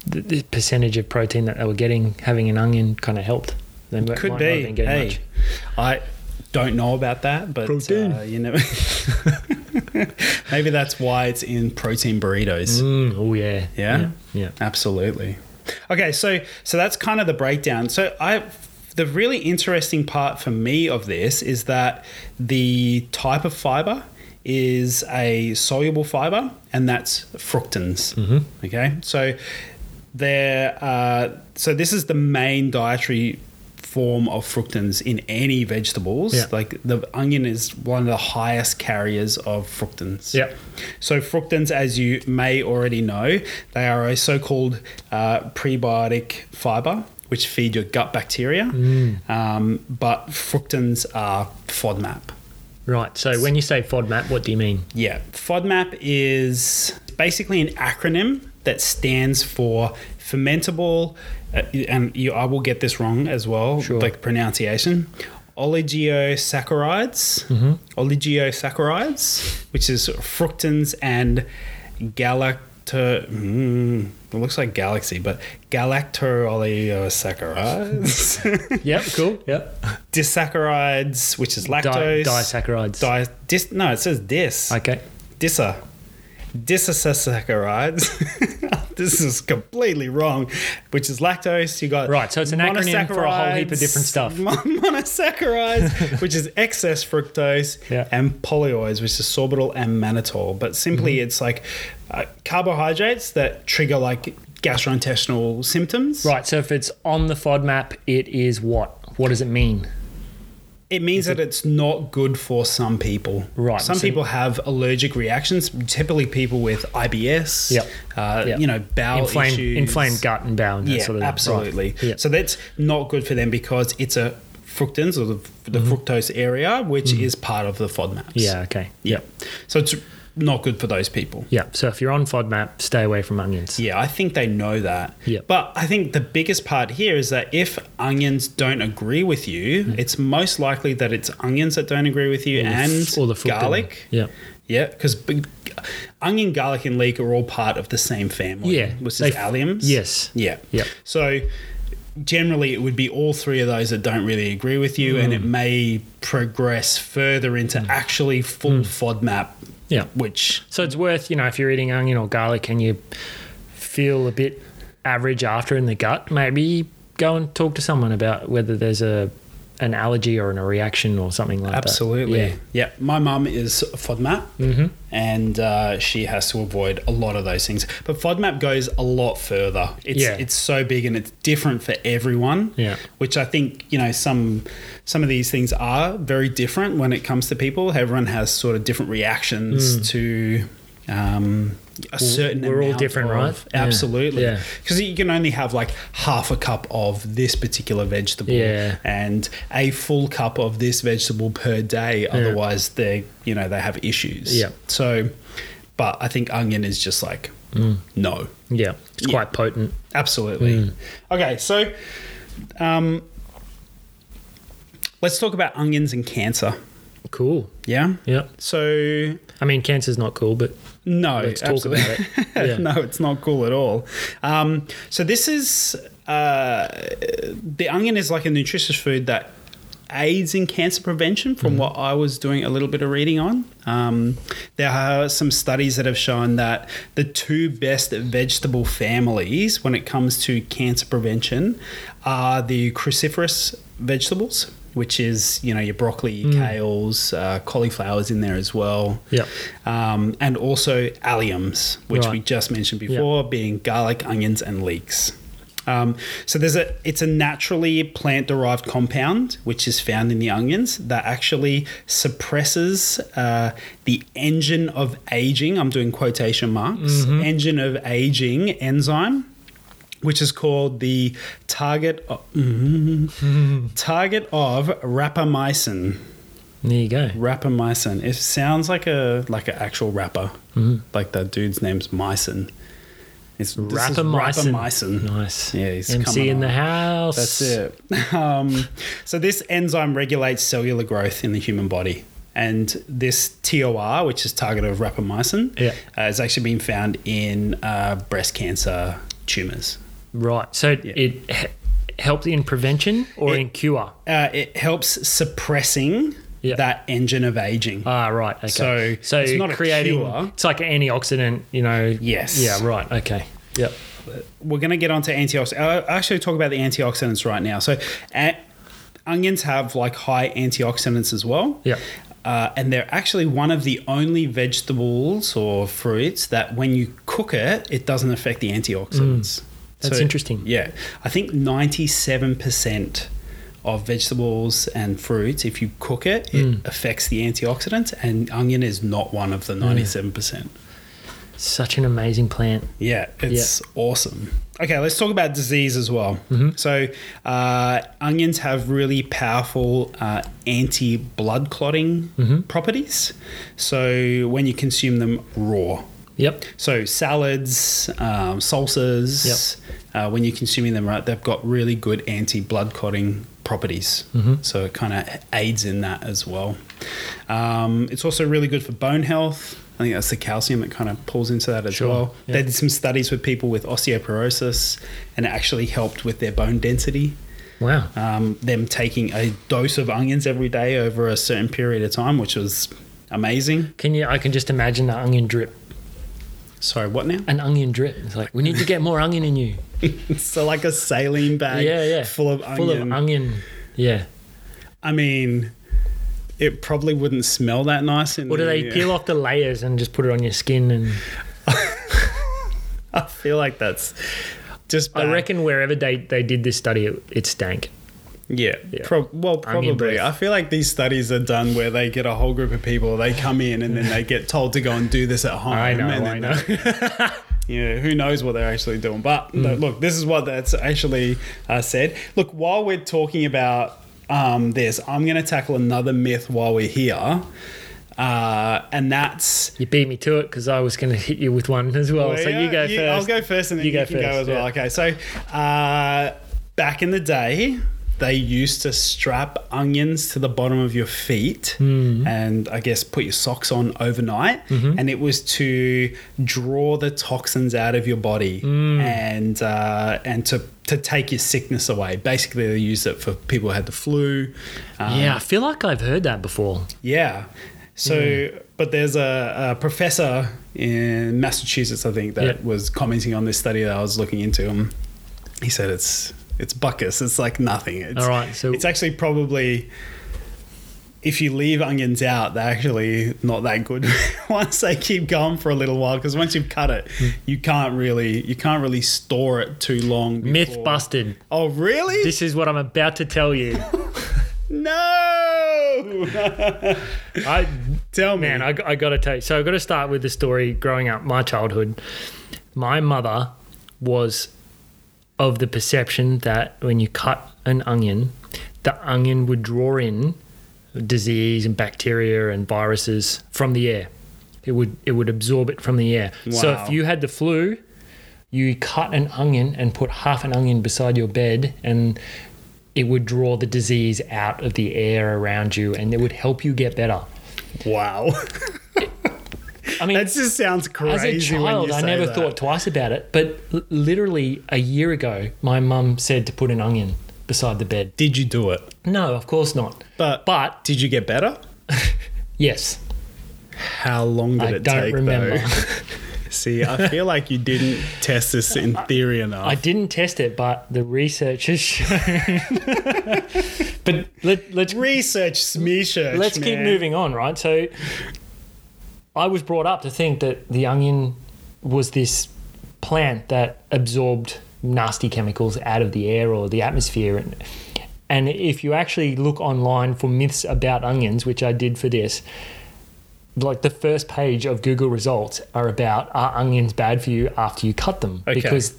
the, the percentage of protein that they were getting having an onion kind of helped. They m-
Could
might
be.
Not have been getting
hey,
much.
I don't know about that, but
Protein.
Uh, you know, <laughs> maybe that's why it's in protein burritos.
Mm, oh yeah.
Yeah?
Yeah.
absolutely. Okay, so so that's kind of the breakdown. So I. The really interesting part for me of this is that the type of fiber is a soluble fiber, and that's fructans. Okay, so there. Uh, so this is the main dietary form of fructans in any vegetables.
Yeah.
Like the onion is one of the highest carriers of fructans.
Yeah.
So fructans, as you may already know, they are a so-called uh, prebiotic fiber which feed your gut bacteria. Um, but fructans are FODMAP.
Right. So when you say FODMAP, what do you mean?
Yeah, FODMAP is basically an acronym that stands for fermentable, uh, and you, I will get this wrong as well,
Sure.
like pronunciation. Oligosaccharides,
Mm-hmm.
oligosaccharides, which is fructans and galacto. Mm, it looks like galaxy, but
<laughs>
galactooligosaccharides. <laughs>
Yep. Cool. Yep.
disaccharides, which is
Di-
lactose.
disaccharides.
Di- dis- no, it says dis.
okay.
Dissa. Disaccharides. <laughs> this is completely wrong, which is lactose. You got
Right, so it's an acronym for a whole heap of different stuff.
monosaccharides, <laughs> mon-
<laughs>
Monosaccharides, which is excess fructose,
Yeah.
and polyoids, which is
Mm-hmm.
sorbitol and mannitol. But simply, it's like uh, carbohydrates that trigger like gastrointestinal symptoms.
Right. So if it's on the FODMAP, it is what? What does it mean?
It means that it's not good for some people.
Right,
Some
so-
people have allergic reactions, typically people with IBS,
Yep.
Uh,
Yep.
you know, bowel
Inflamed,
issues.
inflamed gut and bowel. And that
Yeah,
sort of thing. Right.
absolutely.
Yeah.
So that's not good for them because it's a fructans or the, the fructose area, which is part of the FODMAPs.
Mm-hmm. yeah. Okay.
Yeah. So it's not good for those people.
Yeah. So if you're on FODMAP, stay away from onions.
Yeah, I think they know that.
Yeah.
But I think the biggest part here is that if onions don't agree with you, it's most likely that it's onions that don't agree with you
Mm. Or the f-
and
or the fructan.
garlic.
Yeah.
Yeah, because onion, garlic, and leek are all part of the same family.
Yeah,
Which
they
is
f-
alliums.
yes.
Yeah.
Yep.
So generally, it would be all three of those that don't really agree with you, and
Mm.
it may progress further into actually full
Mm.
FODMAP,
Yeah.
which
So it's worth, you know, if you're eating onion or garlic and you feel a bit average after in the gut, maybe go and talk to someone about whether there's a an allergy or an, a reaction or something like
Absolutely.
that. Mm-hmm.
Yeah. My mum is FODMAP and uh, she has to avoid a lot of those things. But FODMAP goes a lot further. It's,
Yeah.
it's so big and it's different for everyone.
Yeah.
Which I think, you know, some some of these things are very different when it comes to people. Everyone has sort of different reactions to um, a certain
Mm. we're all
amount
different,
of-
right? Yeah.
Absolutely.
Yeah.
Because you can only have like half a cup of this particular vegetable
Yeah.
and a full cup of this vegetable per day. Otherwise, they you know they have issues.
Yeah.
So, but I think onion is just like no,
Yeah. Yeah. It's quite potent.
absolutely. Okay, so um, let's talk about onions and cancer.
Cool.
Yeah.
Yeah.
So
I mean, cancer's not cool, but
no,
let's talk about it.
<laughs>
Yeah.
no, it's not cool at all. Um, so this is uh, the onion is like a nutritious food that aids in cancer prevention.
Mm-hmm.
From what I was doing a little bit of reading on, um, there are some studies that have shown that the two best vegetable families when it comes to cancer prevention are the cruciferous vegetables. Which is, you know, your broccoli, your
Mm.
kales, uh, cauliflowers in there as well
Yep.
um, and also alliums, which
Right.
we just mentioned before, being garlic, onions, and leeks. Um, so there's a it's a naturally plant derived compound which is found in the onions that actually suppresses uh, the engine of aging. I'm doing quotation marks engine of aging enzyme, which is called the target o- <laughs> target of rapamycin.
There you go.
Rapper Myson. It sounds like a like an actual rapper.
Mm-hmm.
Like that dude's name's Myson. It's this is
Rapper
Rapper
Myson.
Myson.
Nice.
Yeah, he's
MC
coming
in the
on.
house.
That's it. <laughs> Um, so this enzyme regulates cellular growth in the human body. And this TOR, which is target of rapamycin,
Yeah.
uh, has actually been found in uh, breast cancer tumors.
Right. So it h- helped in prevention or
It-
in cure?
Uh, it helps suppressing
Yeah.
that engine of aging.
Ah, right. Okay.
So, it's not a cure.
It's like an antioxidant, you know.
Yes.
Yeah. Right. Okay. Yep.
we're going to get onto antioxidants. I'll actually talk about the antioxidants right now. So, a- onions have like high antioxidants as well.
Yeah.
Uh, and they're actually one of the only vegetables or fruits that when you cook it, it doesn't affect the
Mm.
antioxidants.
That's interesting.
Yeah. I think 97% of vegetables and fruits, if you cook it, it
Mm.
affects the antioxidants, and onion is not one of the 97%.
Such an amazing plant.
Yeah, it's awesome. Okay, let's talk about disease as well. So, uh, onions have really powerful uh, anti blood clotting properties. So, when you consume them raw,
Yep.
so salads, um, salsas, uh, when you're consuming them, right, they've got really good anti-blood clotting properties.
Mm-hmm.
So it kind of aids in that as well. Um, it's also really good for bone health. I think that's the calcium that kind of pulls into that as
Sure,
well.
yeah.
They did some studies with people with osteoporosis, and it actually helped with their bone density.
Wow.
Um, them taking a dose of onions every day over a certain period of time, which was amazing.
Can you? I can just imagine the onion drip.
Sorry, what now?
An onion drip. It's like we need to get more onion in <laughs> you.
So like a saline bag
Yeah. Yeah.
full of onion.
Full of onion. Yeah.
I mean, it probably wouldn't smell that nice. In
Or do
the-
they peel off the layers and just put it on your skin and?
<laughs> I feel like that's just.
I
bad.
reckon wherever they, they did this study, it, it stank.
Yeah. Prob- well,
Onion
probably.
breath.
I feel like these studies are done where they get a whole group of people, they come in, and then they get told to go and do this at home.
I know,
and
I
then
know.
<laughs>
Mm.
Yeah, who knows what they're actually doing. But th- look, this is what that's actually uh, said. Look, while we're talking about um, this, I'm going to tackle another myth while we're here. Uh, and that's.
You beat me to it because I was going to <laughs> hit you with one as well. so you go first.
I'll go first and then
You
you,
go
can go
first,
as well.
yeah.
Okay, so uh, back in the day, they used to strap onions to the bottom of your feet
Hmm.
and I guess put your socks on overnight.
Mm-hmm.
And it was to draw the toxins out of your body
Hmm.
and uh, and to, to take your sickness away. Basically, they used it for people who had the flu. Um,
yeah, I feel like I've heard that before.
yeah. So, but there's a, a professor in Massachusetts, I think, that
Yeah.
was commenting on this study that I was looking into. And he said it's it's buckus. It's like nothing. It's,
All right, so-
it's actually probably if you leave onions out, they're actually not that good <laughs> once they keep going for a little while. Because once you've cut it,
Hmm.
you can't really you can't really store it too long.
Myth
before-
busted.
Oh, really?
This is what I'm about to tell
<laughs>
you.
no. <laughs>
I
Tell me.
man, I, I got to tell you. So I got to start with the story growing up, my childhood. My mother was of the perception that when you cut an onion, the onion would draw in disease and bacteria and viruses from the air. It would it would absorb it from the air. So
Wow.
if you had the flu, you cut an onion and put half an onion beside your bed and it would draw the disease out of the air around you and it would help you get better.
wow. <laughs>
I mean,
That just sounds
as
crazy.
a
when
child,
you
I
say
never
that.
thought twice about it. But l- literally a year ago, my mum said to put an onion beside the bed.
Did you do it?
No, of course not.
But
But
did you get better?
yes,
How long did
I
it
don't
take?
remember. <laughs>
Though? <laughs> See, I feel like you didn't test this in theory enough.
I didn't test it, but the research has <laughs> shown. but let, let's
Research, smearch.
let's keep moving on, right? So I was brought up to think that the onion was this plant that absorbed nasty chemicals out of the air or the atmosphere and and if you actually look online for myths about onions, which I did for this, like the first page of Google results are about are onions bad for you after you cut them?
Okay.
Because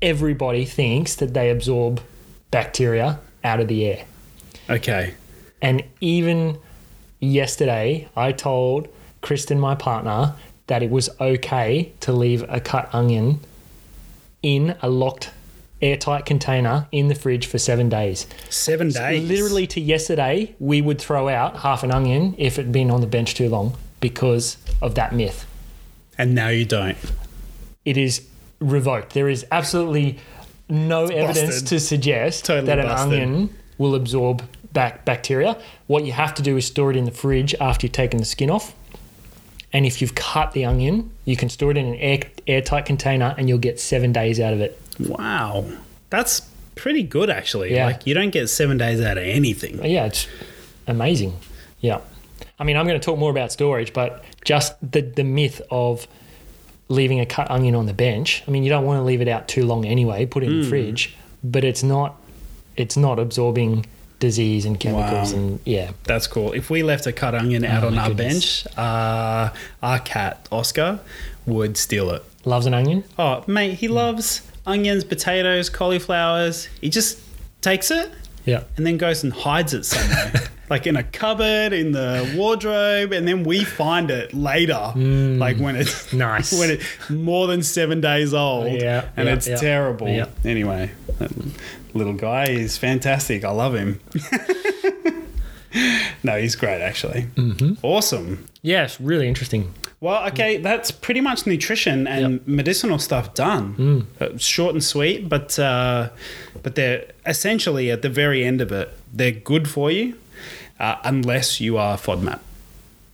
everybody thinks that they absorb bacteria out of the air.
Okay.
And even yesterday, I told Kristen, my partner, that it was okay to leave a cut onion in a locked, airtight container in the fridge for seven days.
Seven days.
Literally to yesterday, we would throw out half an onion if it had been on the bench too long because of that myth.
And now you don't.
It is revoked. There is absolutely no evidence
busted.
to suggest
Totally
that an
busted.
onion will absorb back bacteria. What you have to do is store it in the fridge after you've taken the skin off. And if you've cut the onion, you can store it in an air, airtight container and you'll get seven days out of it.
Wow. That's pretty good, actually.
Yeah.
Like, you don't get seven days out of anything.
But yeah, it's amazing. Yeah. I mean, I'm going to talk more about storage, but just the, the myth of leaving a cut onion on the bench. I mean, you don't want to leave it out too long anyway, put it in
Hmm.
the fridge, but it's not it's not absorbing disease and chemicals
Wow.
and yeah.
That's cool. If we left a cut onion out on
Oh my
our
goodness.
bench, uh, our cat, Oscar, would steal it.
Loves an onion?
Oh, mate, he loves onions, potatoes, cauliflowers. He just takes it
Yeah.
and then goes and hides it somewhere.
<laughs>
like in a cupboard, in the wardrobe, and then we find it later. Like when it's
Mm. <laughs>
<laughs>
Nice.
when it's more than seven days old.
Yeah,
And
yeah,
it's
yeah,
terrible.
yeah.
Anyway, that little guy is fantastic. I love him. <laughs> no, he's great actually.
Mm-hmm.
Awesome.
Yes, really interesting.
Well, okay, that's pretty much nutrition and medicinal stuff done.
Mm.
Uh, short and sweet, but uh, but they're essentially at the very end of it, they're good for you, uh, unless you are FODMAP.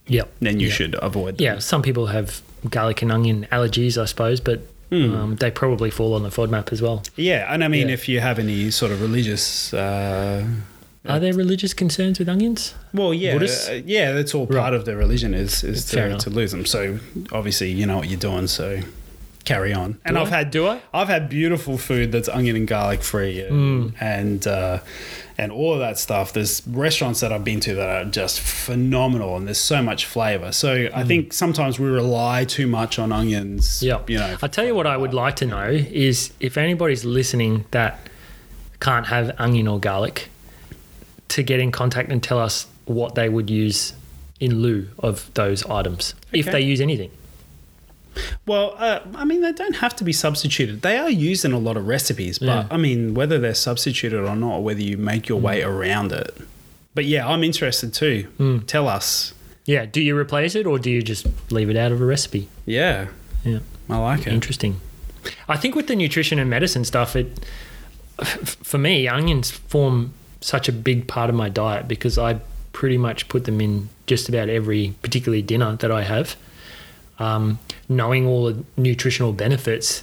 Yep.
Then you should avoid them.
Yeah, some people have garlic and onion allergies, I suppose, but
Hmm.
um, they probably fall on the FODMAP as well.
Yeah, and I mean,
Yeah.
if you have any sort of religious, uh,
Are there religious concerns with onions?
well, yeah,
Buddhists?
uh, yeah, that's all part
Right.
of the religion is is
Fair
to,
enough.
to lose them. So obviously, you know what you're doing. So carry on. And
Do
I've
I?
had
Do I?
I've had beautiful food that's onion and garlic free
Hmm.
and and, uh, and all of that stuff. There's restaurants that I've been to that are just phenomenal, and there's so much flavor. So I think sometimes we rely too much on onions.
Hmm. Yeah.
you know.
I tell you what I would like to know is if anybody's listening that can't have onion or garlic to get in contact and tell us what they would use in lieu of those items if
Okay.
they use anything.
Well, uh, I mean, they don't have to be substituted. They are used in a lot of recipes, but
Yeah. Mm.
I mean, whether they're substituted or not, whether you make your way around it. But yeah, I'm interested too.
Mm.
Tell us.
Yeah, do you replace it or do you just leave it out of a recipe?
Yeah,
Yeah.
I like it.
Interesting. I think with the nutrition and medicine stuff, it f- for me onions form such a big part of my diet because I pretty much put them in just about every particularly dinner that I have. Um, knowing all the nutritional benefits,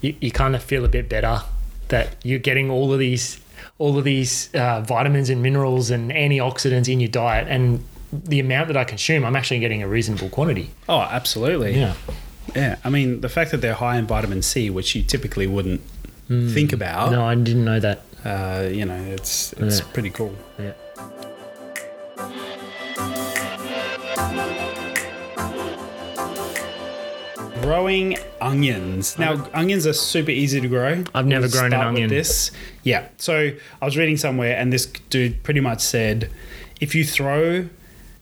you, you kind of feel a bit better that you're getting all of these all of these uh, vitamins and minerals and antioxidants in your diet and the amount that I consume, I'm actually getting a reasonable quantity.
Oh, absolutely. Yeah. I mean, the fact that they're high in vitamin C, which you typically wouldn't think about,
Mm. No, I didn't know that.
uh, you know, it's it's
Yeah.
pretty cool.
Yeah.
Growing onions. Now, onions are super easy to grow.
I've never
We'll
grown an
start with
onion.
This, yeah. So I was reading somewhere, and this dude pretty much said, if you throw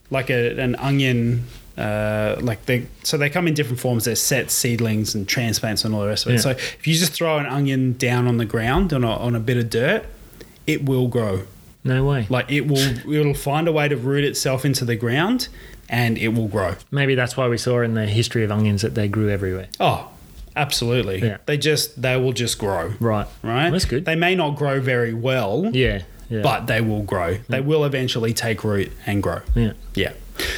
like a, an onion, uh, like they so they come in different forms. They're set seedlings and transplants and all the rest of it.
Yeah.
So if you just throw an onion down on the ground on a, on a bit of dirt, it will grow.
No way.
Like it will, it'll find a way to root itself into the ground, and it will grow.
Maybe that's why we saw in the history of onions that they grew everywhere.
Oh, absolutely.
Yeah.
They just they will just grow.
Right.
Right?
That's good.
They may not grow very well,
yeah. Mm. Yeah.
but they will grow. They will eventually take root and grow.
yeah.
Yeah.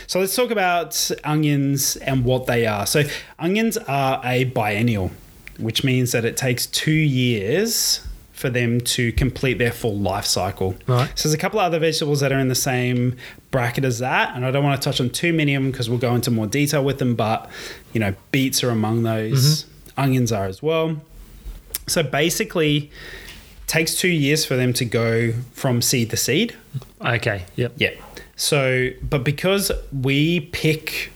So let's talk about onions and what they are. So onions are a biennial, which means that it takes 2 years for them to complete their full life cycle.
Right.
So there's a couple of other vegetables that are in the same bracket as that, and I don't want to touch on too many of them because we'll go into more detail with them, but you know, beets are among those. Onions are as well. So basically takes 2 years for them to go from seed to seed.
Okay. Yep.
Yeah. So, but because we pick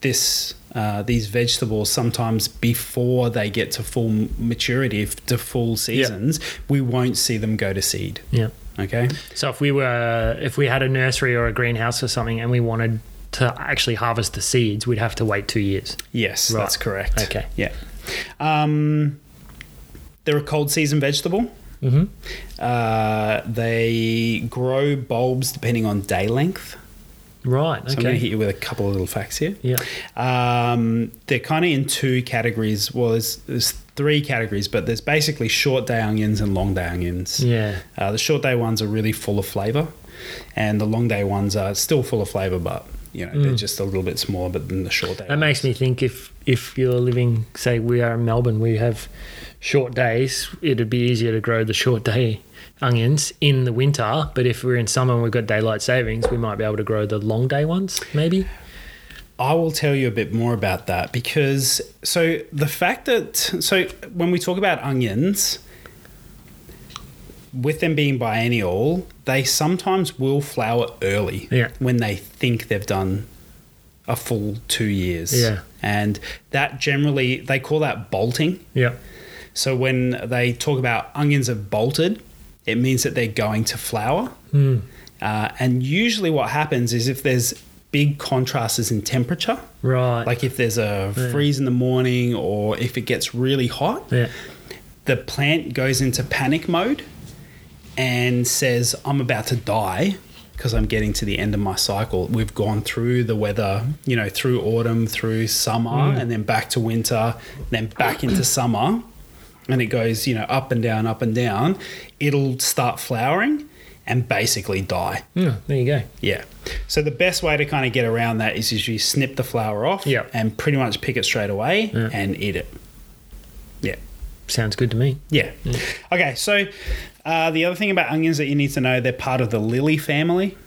this, uh, these vegetables sometimes before they get to full maturity, f- to full seasons, we won't see them go to seed.
Yeah.
Okay.
So if we were, if we had a nursery or a greenhouse or something, and we wanted to actually harvest the seeds, we'd have to wait two years.
Yes,
Right.
that's correct.
Okay.
Yeah. Um, they're a cold season vegetable.
Mhm.
Uh, they grow bulbs depending on day length.
Right.
So I'm going to
Okay.
hit you with a couple of little facts here.
Yeah.
Um, they're kind of in two categories. Well, there's, there's three categories, but there's basically short day onions and long day onions.
Yeah.
Uh, the short day ones are really full of flavor, and the long day ones are still full of flavor, but you know they're just a little bit smaller. But than the short day.
Mm. That makes me think if if you're living, say, we are in Melbourne, we have short days. It'd be easier to grow the short day onions in the winter. But if we're in summer and we've got daylight savings, we might be able to grow the long day ones. Maybe.
I will tell you a bit more about that because so the fact that so when we talk about onions with them being biennial, they sometimes will flower early
Yeah.
when they think they've done a full 2 years.
Yeah.
And that generally they call that bolting.
Yeah.
So when they talk about onions have bolted, it means that they're going to flower.
Hmm. Mm,
Uh, and usually what happens is if there's big contrasts in temperature,
Right.
like if there's a freeze in the morning or if it gets really hot,
yeah.
the plant goes into panic mode and says, I'm about to die because I'm getting to the end of my cycle. We've gone through the weather, you know, through autumn, through summer, and then back to winter, then back into summer. And it goes, you know, up and down, up and down. It'll start flowering and basically die.
Yeah, there you go.
Yeah. So the best way to kind of get around that is, is you snip the flower off
Yep.
and pretty much pick it straight away
Yeah.
and eat it. Yeah.
Sounds good to me.
Yeah. Okay. So uh, the other thing about onions that you need to know, they're part of the lily family.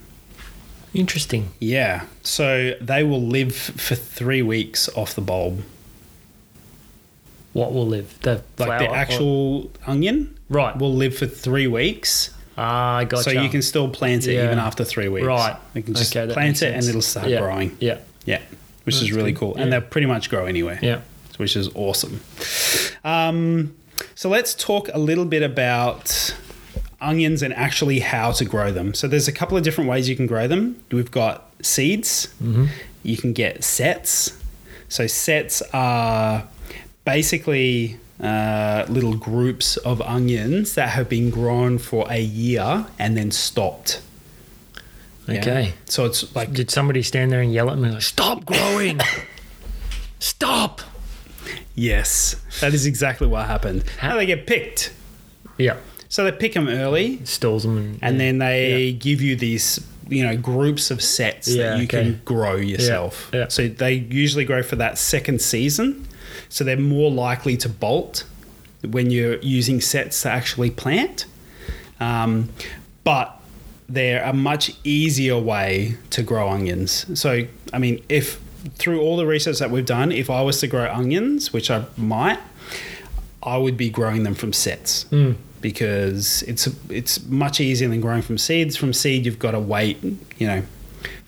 Interesting.
Yeah. So they will live for three weeks off the bulb.
what will live? The
Like
flower
the
or-
actual
oh.
onion
right.
will live for three weeks,
ah, gotcha.
so you can still plant it
Yeah.
even after three weeks.
Right.
you can just
Okay, that
plant
makes
it and
sense.
it'll start
yeah.
growing.
Yeah.
Yeah, which is really cool, and
Yeah.
they'll pretty much grow anywhere.
Yeah.
which is awesome. Um, so let's talk a little bit about onions and actually how to grow them. So there's a couple of different ways you can grow them. We've got seeds. You can get sets. So sets are basically uh, little groups of onions that have been grown for a year and then stopped. Yeah?
Okay.
So it's like
Did somebody stand there and yell at me like, "Stop
<laughs>
growing! Stop!"
yes, that is exactly what happened. How they get picked.
Yeah.
So they pick them early.
Stalls them and,
and then they give you these you know groups of sets
Yeah,
that you
okay.
can grow yourself
yeah.
so they usually grow for that second season so they're more likely to bolt when you're using sets to actually plant um, but they're a much easier way to grow onions so i mean if through all the research that we've done if i was to grow onions which i might I would be growing them from sets because it's it's much easier than growing from seeds. From seed, you've got to wait, you know,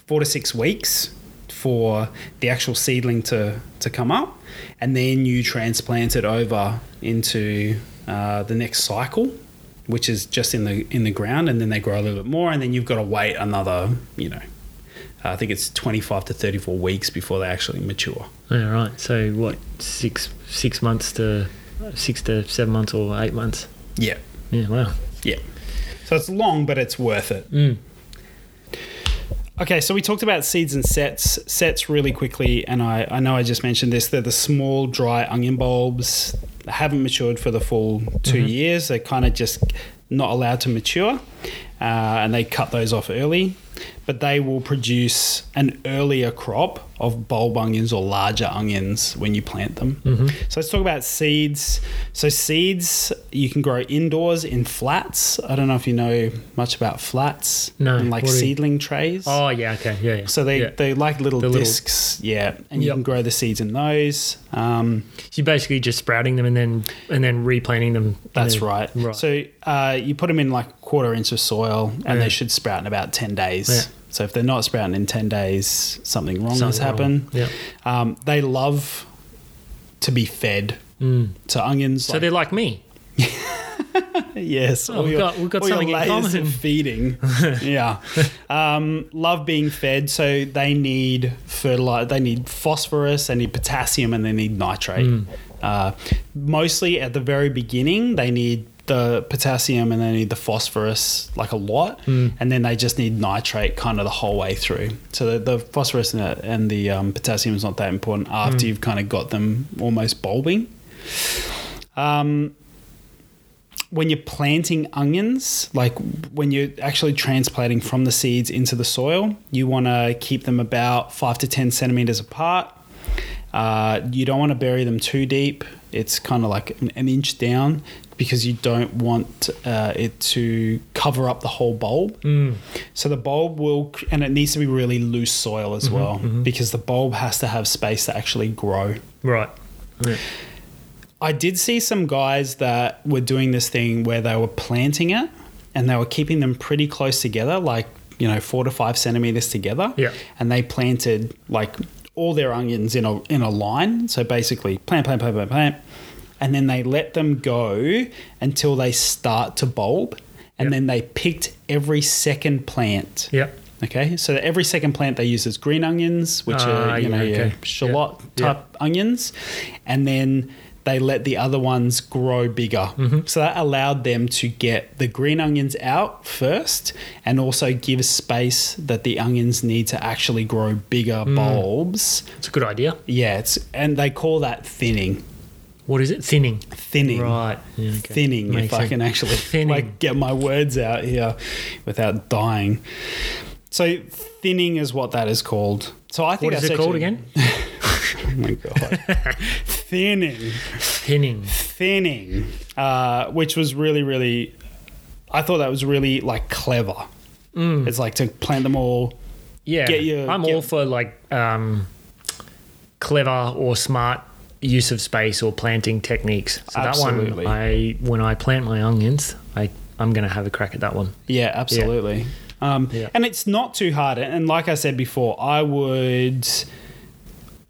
four to six weeks for the actual seedling to to come up, and then you transplant it over into uh, the next cycle, which is just in the in the ground, and then they grow a little bit more, and then you've got to wait another, you know. uh, I think it's 25 to 34 weeks before they actually mature.
All right. So what? Six six months to six to seven months or eight months.
Yeah.
Yeah. Wow.
Yeah. So it's long, but it's worth it. Okay, so we talked about seeds and sets. Sets really quickly, and I, I know I just mentioned this. They're the small, dry onion bulbs that haven't matured for the full 2
Mm-hmm.
years. They're kind of just not allowed to mature, uh, and they cut those off early. But they will produce an earlier crop of bulb onions or larger onions when you plant them.
Mm-hmm.
So let's talk about seeds. So, seeds you can grow indoors in flats. I don't know if you know much about flats
No,
and like
what do you-
seedling trays.
Oh yeah. Okay. Yeah. yeah.
So they,
Yeah.
they like little
The little-
discs, yeah, and you
Yep.
can grow the seeds in those. Um,
So you're basically just sprouting them and then and then replanting them.
that's
Yeah.
right.
Right.
So uh, you put them in like a quarter inch of soil, and
Yeah.
they should sprout in about ten days.
Yeah.
So if they're not sprouting in ten days, something wrong has
Something wrong.
happened.
Yeah.
Um, they love to be fed to onions.
Mm. So they're like me.
Yes,
Oh, we've got- we've got
all your
something in
layers
common.
of
<laughs>
feeding. yeah, um, love being fed, so they need fertilizer. They need phosphorus, they need potassium, and they need nitrate.
Mm.
Uh, mostly at the very beginning, they need the potassium and they need the phosphorus like a lot,
Mm.
and then they just need nitrate kind of the whole way through. So the, the phosphorus and the, and the um, potassium is not that important after
Mm.
you've kind of got them almost bulbing. Um, when you're planting onions, like when you're actually transplanting from the seeds into the soil, you want to keep them about five to 10 centimeters apart. Uh, you don't want to bury them too deep. It's kind of like an, an inch down because you don't want uh, it to cover up the whole bulb. So the bulb will, and it needs to be really loose soil as well because the bulb has to have space to actually grow.
Right. Yeah.
I did see some guys that were doing this thing where they were planting it and they were keeping them pretty close together, like, you know, four to five centimeters together.
Yeah.
And they planted like all their onions in a in a line. So basically plant, plant, plant, plant, plant. And then they let them go until they start to bulb. And
Yeah.
then they picked every second plant.
Yeah.
Okay, so every second plant they use is green onions, which
Ah,
are you
yeah,
know
okay.
your shallot
Yeah.
type onions, and then they let the other ones grow bigger.
Mm-hmm.
So that allowed them to get the green onions out first, and also give space that the onions need to actually grow bigger
Mm.
bulbs.
It's a good idea.
Yeah, it's and they call that thinning.
What is it? Thinning.
Thinning
Right. Yeah, okay.
thinning
Makes
if I
sense.
can actually
Thinning.
like get my words out here without dying. So thinning is what that is called. So I think
What is
that's
it called
actually- <laughs>
again?
Oh my god,
<laughs>
thinning,
Thinning.
thinning, uh, which was really, really. I thought that was really like clever.
Mm.
It's like to plant them all.
Yeah.
Get your-
I'm
get-
all for like um, clever or smart use of space or planting techniques. So
Absolutely.
that one, I when I plant my onions, I I'm gonna have a crack at that one.
Yeah, absolutely. Um,
Yeah.
And it's not too hard. And like I said before, I would,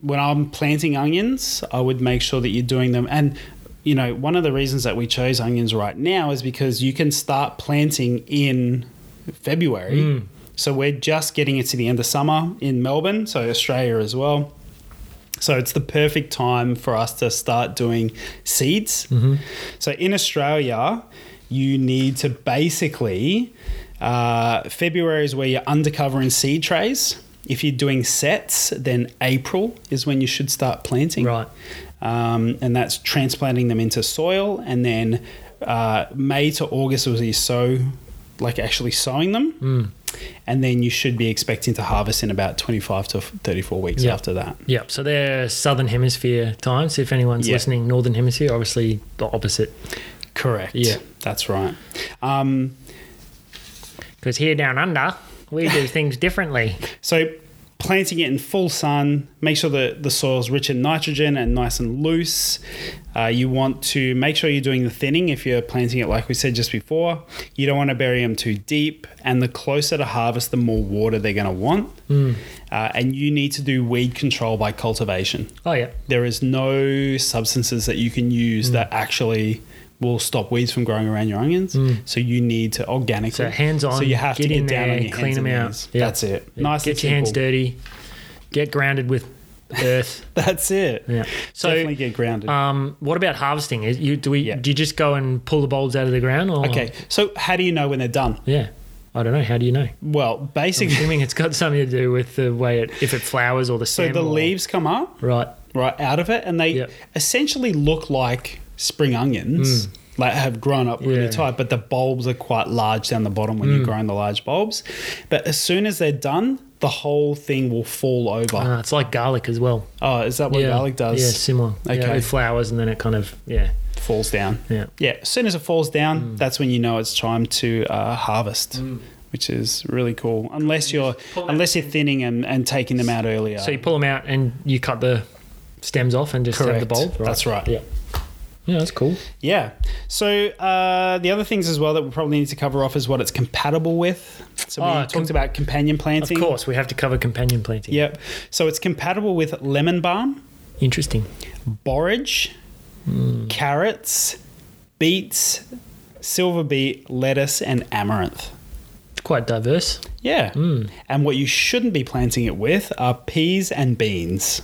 when I'm planting onions, I would make sure that you're doing them. And, you know, one of the reasons that we chose onions right now is because you can start planting in February. So we're just getting into the end of summer in Melbourne, so Australia as well. So it's the perfect time for us to start doing seeds.
Mm-hmm.
So in Australia, you need to basically uh, February is where you're undercovering seed trays. If you're doing sets, then April is when you should start planting.
Right.
Um, and that's transplanting them into soil. And then uh, May to August is you sow, like actually sowing them.
Mm.
And then you should be expecting to harvest in about 25 to 34 weeks
Yeah.
after that.
Yep. So they're southern hemisphere times. If anyone's
Yeah.
listening, northern hemisphere, obviously the opposite.
Correct.
Yeah.
That's right. Um,
Because here down under, we do things
<laughs>
differently.
so planting it in full sun, make sure that the soil's rich in nitrogen and nice and loose. Uh, you want to make sure you're doing the thinning if you're planting it, like we said just before. You don't want to bury them too deep, and the closer to harvest, the more water they're going to want. Uh, and you need to do weed control by cultivation.
Oh yeah.
There is no substances that you can
Mm.
use that actually will stop weeds from growing around your onions. So you need to organically.
Mm. So hands-on,
So you have
get
to get
in
down
there,
on your
clean
hands
them
and
out.
knees.
Yeah.
That's it.
Yeah.
Nice.
Get
and
your hands
simple.
dirty. Get grounded with
<laughs>
earth.
That's it.
Yeah. So
Definitely get grounded.
Um, what about harvesting? Is you do we
Yeah.
do you just go and pull the bulbs out of the ground or
okay. So how do you know when they're done?
Yeah. I don't know. How do
<laughs>
you know?
Well, basically,
Assuming it's got something to do with the way it if it flowers or the
<laughs> so
stem
the
or-
leaves come up.
Right.
right out of it, and they
Yep. Mm.
essentially look like spring onions. Like have grown up really
Yeah. Mm.
tight, but the bulbs are quite large down the bottom when you're growing the large bulbs. But as soon as they're done, the whole thing will fall over.
Uh, it's like garlic as well.
oh, is that what garlic does?
Yeah, similar. Okay.
Okay.
it flowers and then it kind of yeah.
falls down.
Yeah. Mm.
Yeah, as soon as it falls down, that's when you know it's time to uh, harvest, which is really cool. Unless you're
pull them
unless you're thinning and, and taking them out earlier.
So you pull them out and you cut the stems off and just have the
Correct.
bulb.
That's right.
Yeah. Yeah, that's cool.
Yeah. So uh, the other things as well that we probably need to cover off is what it's compatible with. So we
Oh,
talked
com-
about companion
Of
planting.
course, we have to cover companion planting.
Yep. So it's compatible with lemon balm,
Interesting.
borage,
Hmm.
carrots, beets, silver beet, lettuce, and amaranth.
It's quite diverse.
Yeah.
Hmm.
And what you shouldn't be planting it with are peas and beans.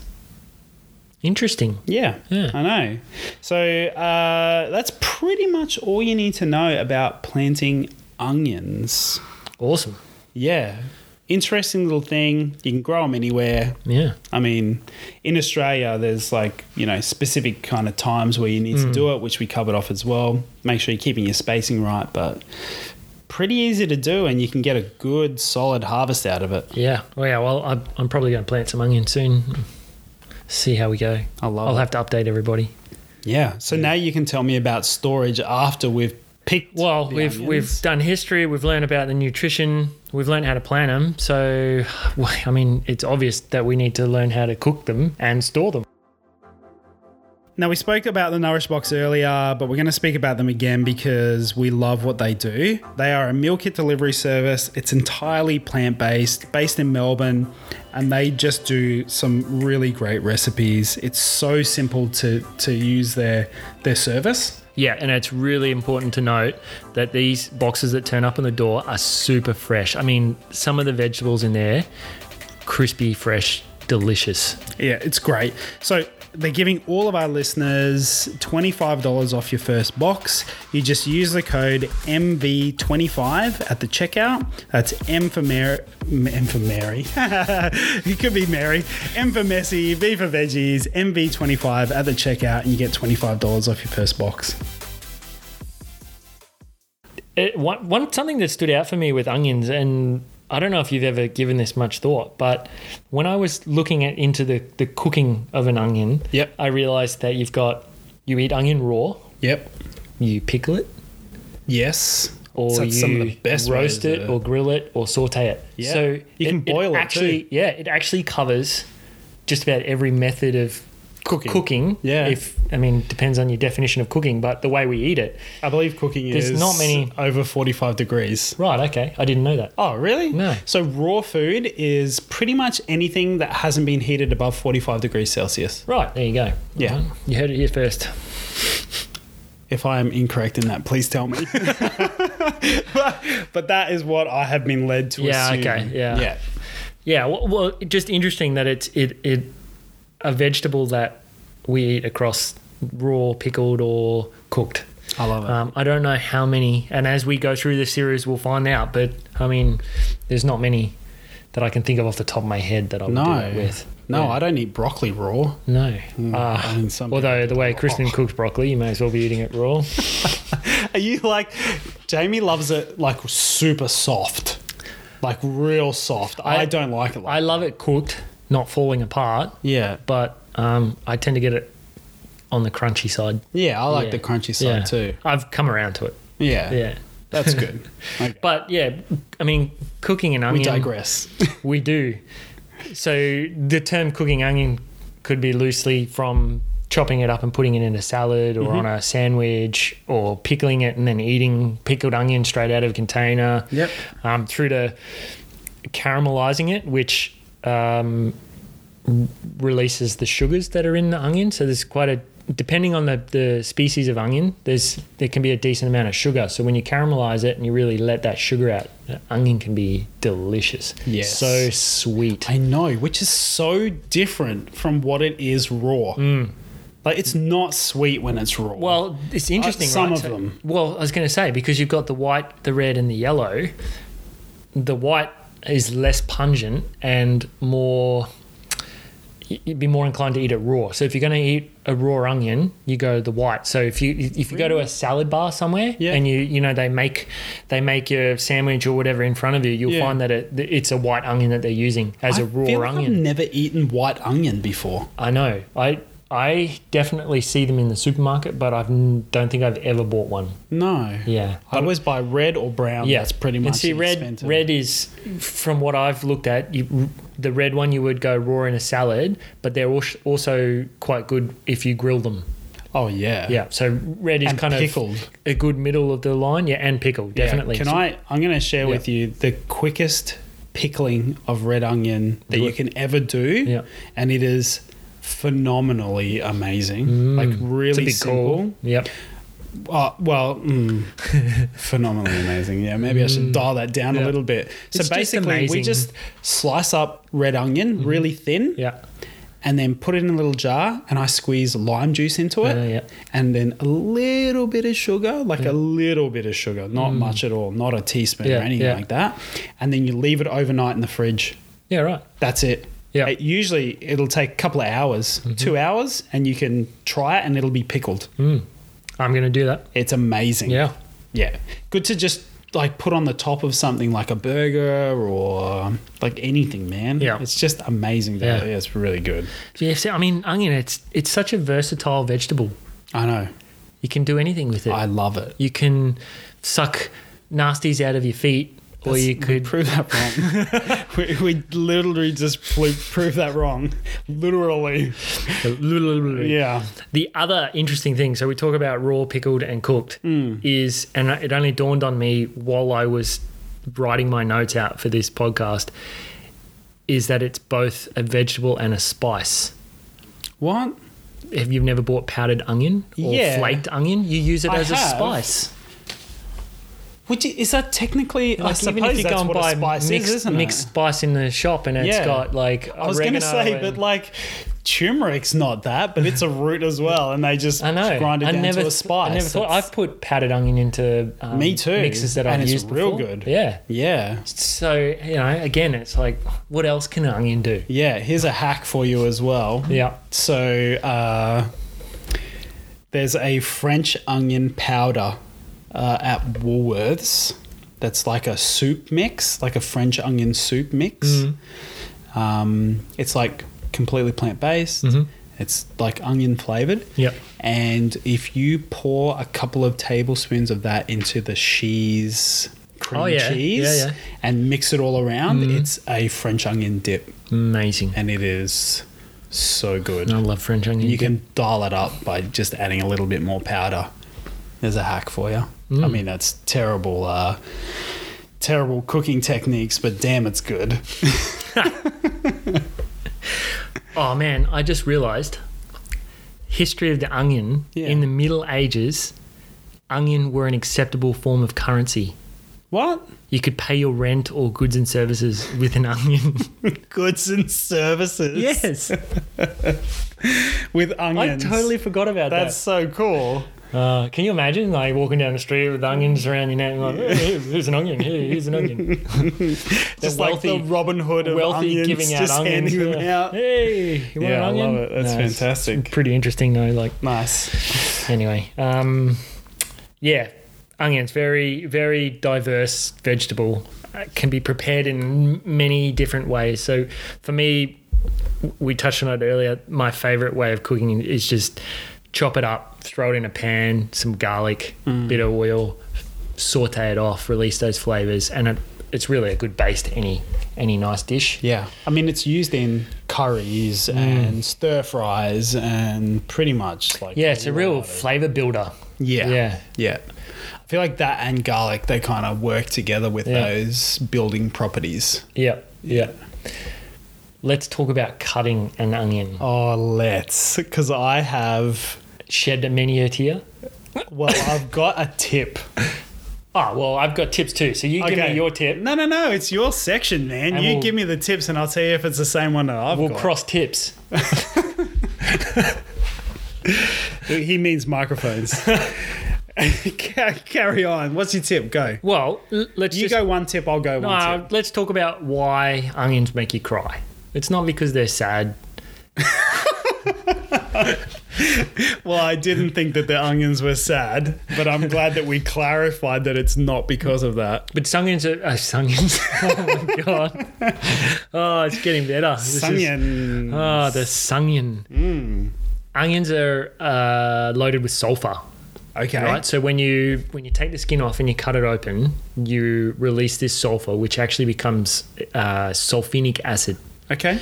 Interesting.
Yeah,
Yeah.
I know. So uh, that's pretty much all you need to know about planting onions.
Awesome.
Yeah. Interesting little thing. You can grow them anywhere.
Yeah.
I mean, in Australia, there's like, you know, specific kind of times where you need
Hmm.
to do it, which we covered off as well. Make sure you're keeping your spacing right, but pretty easy to do, and you can get a good, solid harvest out of it.
Yeah. Oh yeah. Well, I'm, I'm probably going to plant some onions soon. See how we go.
I love
I'll
it.
have to update everybody.
Yeah. So now you can tell me about storage after we've picked.
Well,
the
we've
onions.
we've done history. We've learned about the nutrition. We've learned how to plant them. So, <sighs> I mean, it's obvious that we need to learn how to cook them and store them.
Now, we spoke about the Nourish Box earlier, but we're going to speak about them again because we love what they do. They are a meal kit delivery service, it's entirely plant based, based in Melbourne, and they just do some really great recipes. It's so simple to, to use their, their service.
Yeah, and it's really important to note that these boxes that turn up on the door are super fresh. I mean, some of the vegetables in there, crispy, fresh, delicious.
Yeah, it's great. So they're giving all of our listeners $25 off your first box. You just use the code MV25 at the checkout. That's M for Mary. M for Mary. <laughs> it could be Mary. M for messy, V for veggies, MV25 at the checkout, and you get $25 off your first box.
It, Uh, one, one something that stood out for me with onions, and I don't know if you've ever given this much thought, but when I was looking at into the the cooking of an onion,
Yep.
I realized that you've got you eat onion raw,
Yep.
you pickle it,
Yes.
or
So
you
it's some of the best ways
roast
to
it,
do
or grill it, or saute it.
Yeah.
So
You can boil it
actually, yeah, it actually covers just about every method of cooking. cooking.
Yeah.
If I mean, depends on your definition of cooking, but the way we eat it.
I believe cooking
There's
is
not many-
over 45 degrees.
Right. Okay. I didn't know that.
Oh, really?
No.
So raw food is pretty much anything that hasn't been heated above 45 degrees Celsius.
Right. There you go.
Yeah.
Right, You heard it here first.
If I am incorrect in that, please tell
<laughs>
me. but, but that is what I have been led to
Yeah,
assume.
okay, yeah.
Yeah.
Yeah. Well, well, just interesting that it's it it a vegetable that we eat across raw, pickled, or cooked.
I love it.
Um, I don't know how many, and as we go through the series, we'll find out. But I mean, there's not many that I can think of off the top of my head that I would do
no.
that with.
No,
Yeah.
I don't eat broccoli raw.
No.
I mean, some
Ah, although the way Kristen cooks broccoli, you may as well be eating it raw.
Are you like Jamie loves it like super soft. Like real soft. I,
I-
don't like it like
I love it cooked, not falling apart,
Yeah.
but um, I tend to get it on the crunchy side.
Yeah, I like
Yeah.
the crunchy side
Yeah.
too.
I've come around to it.
Yeah.
Yeah. <laughs>
That's good. Okay.
But yeah, I mean, cooking an
we
onion.
digress.
We do. So the term cooking onion could be loosely from chopping it up and putting it in a salad or
Mm-hmm.
on a sandwich or pickling it and then eating pickled onion straight out of a container.
Yep.
Um, through to caramelizing it, which um, r- releases the sugars that are in the onion. So there's quite a depending on the, the species of onion, there's there can be a decent amount of sugar. So when you caramelize it and you really let that sugar out, the onion can be delicious.
Yes.
So sweet.
I know, which is so different from what it is raw. Like it's not sweet when it's raw.
Mm. Well, it's interesting.
Uh, some
right?
of them.
Well, I was going to say because you've got the white, the red, and the yellow. The white is less pungent and more. You'd be more inclined to eat it raw. So if you're going to eat a raw onion, you go the white. So if you if you go to a salad bar somewhere
Yeah.
and you you know they make they make your sandwich or whatever in front of you, you'll
Yeah.
find that it, it's a white onion that they're using as
I
a raw
feel like
onion.
I've never eaten white onion before.
I know. I I definitely see them in the supermarket, but I don't think I've ever bought one.
No.
Yeah.
I always buy red or brown.
Yeah,
That's pretty much
And see,
an
red
expensive-
red is from what I've looked at. You, the red one you would go raw in a salad, but they're als- also quite good if you grill them.
Oh yeah.
Yeah, so red is
And
kind
pickled.
of a good middle of the line. Yeah, and pickled
Yeah.
definitely.
Can I I'm gonna share with you the quickest pickling of red onion that
Do
you
it.
can ever do.
Yeah.
And it is phenomenally amazing. Like
It's a
really
big
simple.
call. Yep.
Uh, well, mm, <laughs> phenomenally amazing. Yeah, maybe I should dial that down a
Mm. Yeah.
little bit. So
It's just
basically, we
amazing. Mm-hmm.
just slice up red onion really thin,
Yeah.
and then put it in a little jar, and I squeeze lime juice into it,
Uh, yeah.
and then a little bit of sugar, like a little bit of sugar, not much at all, not a teaspoon
Mm. Yeah,
or anything
yeah.
like that, and then you leave it overnight in the fridge.
Yeah. Right.
That's it.
Yeah. Mm-hmm.
It usually it'll take a couple of hours, two hours, and you can try it, and it'll be pickled.
I'm gonna do that.
It's amazing.
Mm. Yeah.
Yeah. Good to just like put on the top of something like a burger or like anything, man.
Yeah.
It's just amazing. Yeah.
Yeah.
yeah. It's really good.
Yeah. See, I mean, onion. It's it's such a versatile vegetable.
I know.
You can do anything with it.
I love it.
you can suck nasties out of your feet, or you
That's- <laughs>
could
prove that
<laughs>
wrong. <laughs> we, we literally just pl- prove that wrong. Literally. Yeah.
The other interesting thing, so we talk about raw, pickled, and cooked,
Hmm.
is, and it only dawned on me while I was writing my notes out for this podcast, is that it's both a vegetable and a spice.
What?
Have you never bought powdered onion or
Yeah.
flaked onion? You use it
I
as
have.
a spice.
Would you, is that technically? I
Like
suppose
even if you
that's
go and
what a
buy
spice
mixed,
is, isn't it?
mixed spice in the shop and it's
Yeah.
got like
I was going to
oregano
say,
and-
but like turmeric's not that, but it's a root as well, and they
<laughs>
just
I know.
grind it
I
down
never,
to a
th-
spice.
I never thought.
It's-
I've put powdered onion into um,
Me too.
mixes that
And
I've
it's
used.
real
before.
good.
Yeah.
yeah,
So you know, again, it's like, what else can an onion do?
yeah. Here's a hack for you as well.
Yeah.
So uh, there's a French onion powder uh, at Woolworths. That's like a soup mix, like a French onion soup mix.
Mm-hmm.
Um, it's like completely plant based. It's like onion flavored.
Yep.
And if you pour a couple of tablespoons of that into the cheese, cream
Oh, yeah.
cheese,
Yeah, Mm-hmm. yeah.
and mix it all around, it's a French onion dip,
Amazing.
and it is
So good.
And I love French onion.
You can dial it up by just adding a little bit more powder. There's a hack for you. I mean, that's terrible, uh, terrible cooking techniques, but damn, it's good.
Oh man, I just realised. History of the onion
Yeah.
in the Middle Ages, onion were an acceptable form of currency.
What?
You could pay your rent or goods and services with
<laughs>
an onion.
Goods and services.
<laughs> yes,
With
I
onions.
totally forgot about
That's so cool.
that. Uh, can you imagine, like walking down the street with onions around your neck? and Like, hey, here's an onion. Hey, here's an onion.
Just like <laughs> the Robin Hood of
wealthy
onions,
giving out
just
onions.
handing them
yeah.
out.
Hey, you want
Yeah,
an
I
onion?
love it. That's
No, it's-
fantastic.
Pretty interesting though. Like
Nice.
anyway, um, yeah, onions very very diverse vegetable uh, can be prepared in m- many different ways. So for me, w- we touched on it earlier. My favorite way of cooking is just chop it up, throw it in a pan, some garlic, bit of oil, saute it off, release those flavors, and it, it's really a good base to any any nice dish.
Yeah. I mean, it's used in curries
Mm.
and stir fries and pretty much like.
Yeah, it's a
lot
real
of-
flavor builder.
Yeah.
Yeah.
Yeah. I feel like that and garlic, they kind of work together with
Yeah.
those building properties.
Yeah. Yeah. Let's talk about cutting an onion.
Oh, let's. Because I have.
Shed a menu tier.
Well, I've got a tip.
Oh, well, I've got tips too. So you <laughs> give me
Okay.
your tip.
No, no, no. It's your section, man.
And
you
we'll-
give me the tips, and I'll tell you if it's the same one that I've
We'll
got.
cross tips.
he
<laughs>
means microphones. <laughs> Ca- Carry on. What's your tip? Go.
Well, l- let's
You
just,
go one tip. I'll go one
Uh,
tip.
let's talk about why onions make you cry. It's not because they're sad.
Well, I didn't think that the onions were sad, but I'm glad that we clarified that it's not because of that.
But sunions are uh, sunions. <laughs> oh my <laughs> god! Oh, it's getting better. This is-
Onion.
Oh, the sunion. Hmm. Onions are uh, loaded with sulfur.
okay.
Right. So when you when you take the skin off and you cut it open, you release this sulfur, which actually becomes uh, sulfenic acid.
Okay.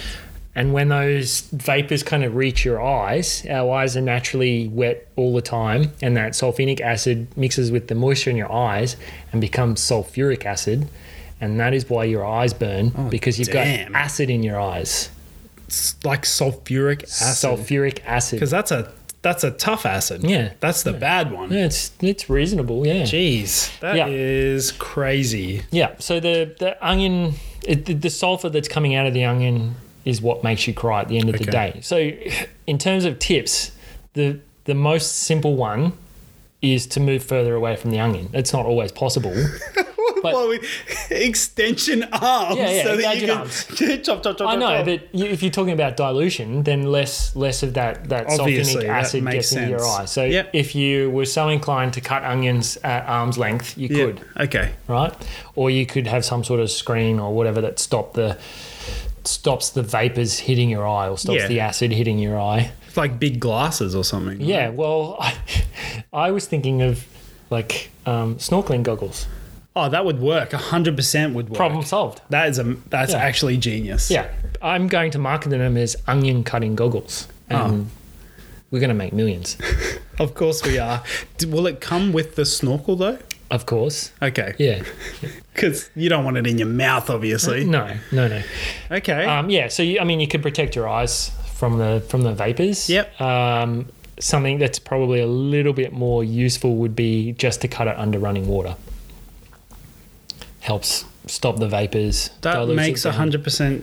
And when those vapors kind of reach your eyes, our eyes are naturally wet all the time, and that sulfenic acid mixes with the moisture in your eyes and becomes sulfuric acid. And that is why your eyes burn because you've
Oh, damn.
got acid in your eyes.
It's like sulfuric acid.
Sulfuric acid.
Because that's a that's a tough acid.
Yeah.
That's the bad one.
Yeah, it's it's reasonable. Yeah.
Jeez, that is
Yeah.
crazy.
Yeah. So the the onion, it, the, the sulfur that's coming out of the onion is what makes you cry at the end of the
Okay.
day. So, in terms of tips, the the most simple one is to move further away from the onion. It's not always possible.
<laughs>
But-
well, we, <laughs> extension arms.
Yeah, yeah,
so that you
extension
can
arms.
<laughs> chop, chop, chop.
I
chop,
know,
chop.
but you, if you're talking about dilution, then less less of that that
Obviously,
sulfonic
that
acid
makes
gets into your
sense.
eye. So,
Yep.
if you were so inclined to cut onions at arm's length, you
Yeah,
could.
Okay.
right? Or you could have some sort of screen or whatever that stop the stops the vapors hitting your eye or stops
Yeah.
the acid hitting your eye.
It's like big glasses or something.
Yeah, well, <laughs> I, I was thinking of like um, snorkeling goggles.
Oh, that would work. 100% would work.
Problem solved.
That is a that's
Yeah.
actually genius.
Yeah, I'm going to market them as onion cutting goggles, and we're going to make millions,
Of course we are. D- Will it come with the snorkel though?
of course.
Okay.
Yeah,
Cuz you don't want it in your mouth obviously.
no, no, Mm, no.
Okay.
Um, yeah, so you, I mean, you could protect your eyes from the from the vapors.
Yep.
Um, something that's probably a little bit more useful would be just to cut it under running water. Helps stop the vapors.
that
dilutes it
makes
down.
100%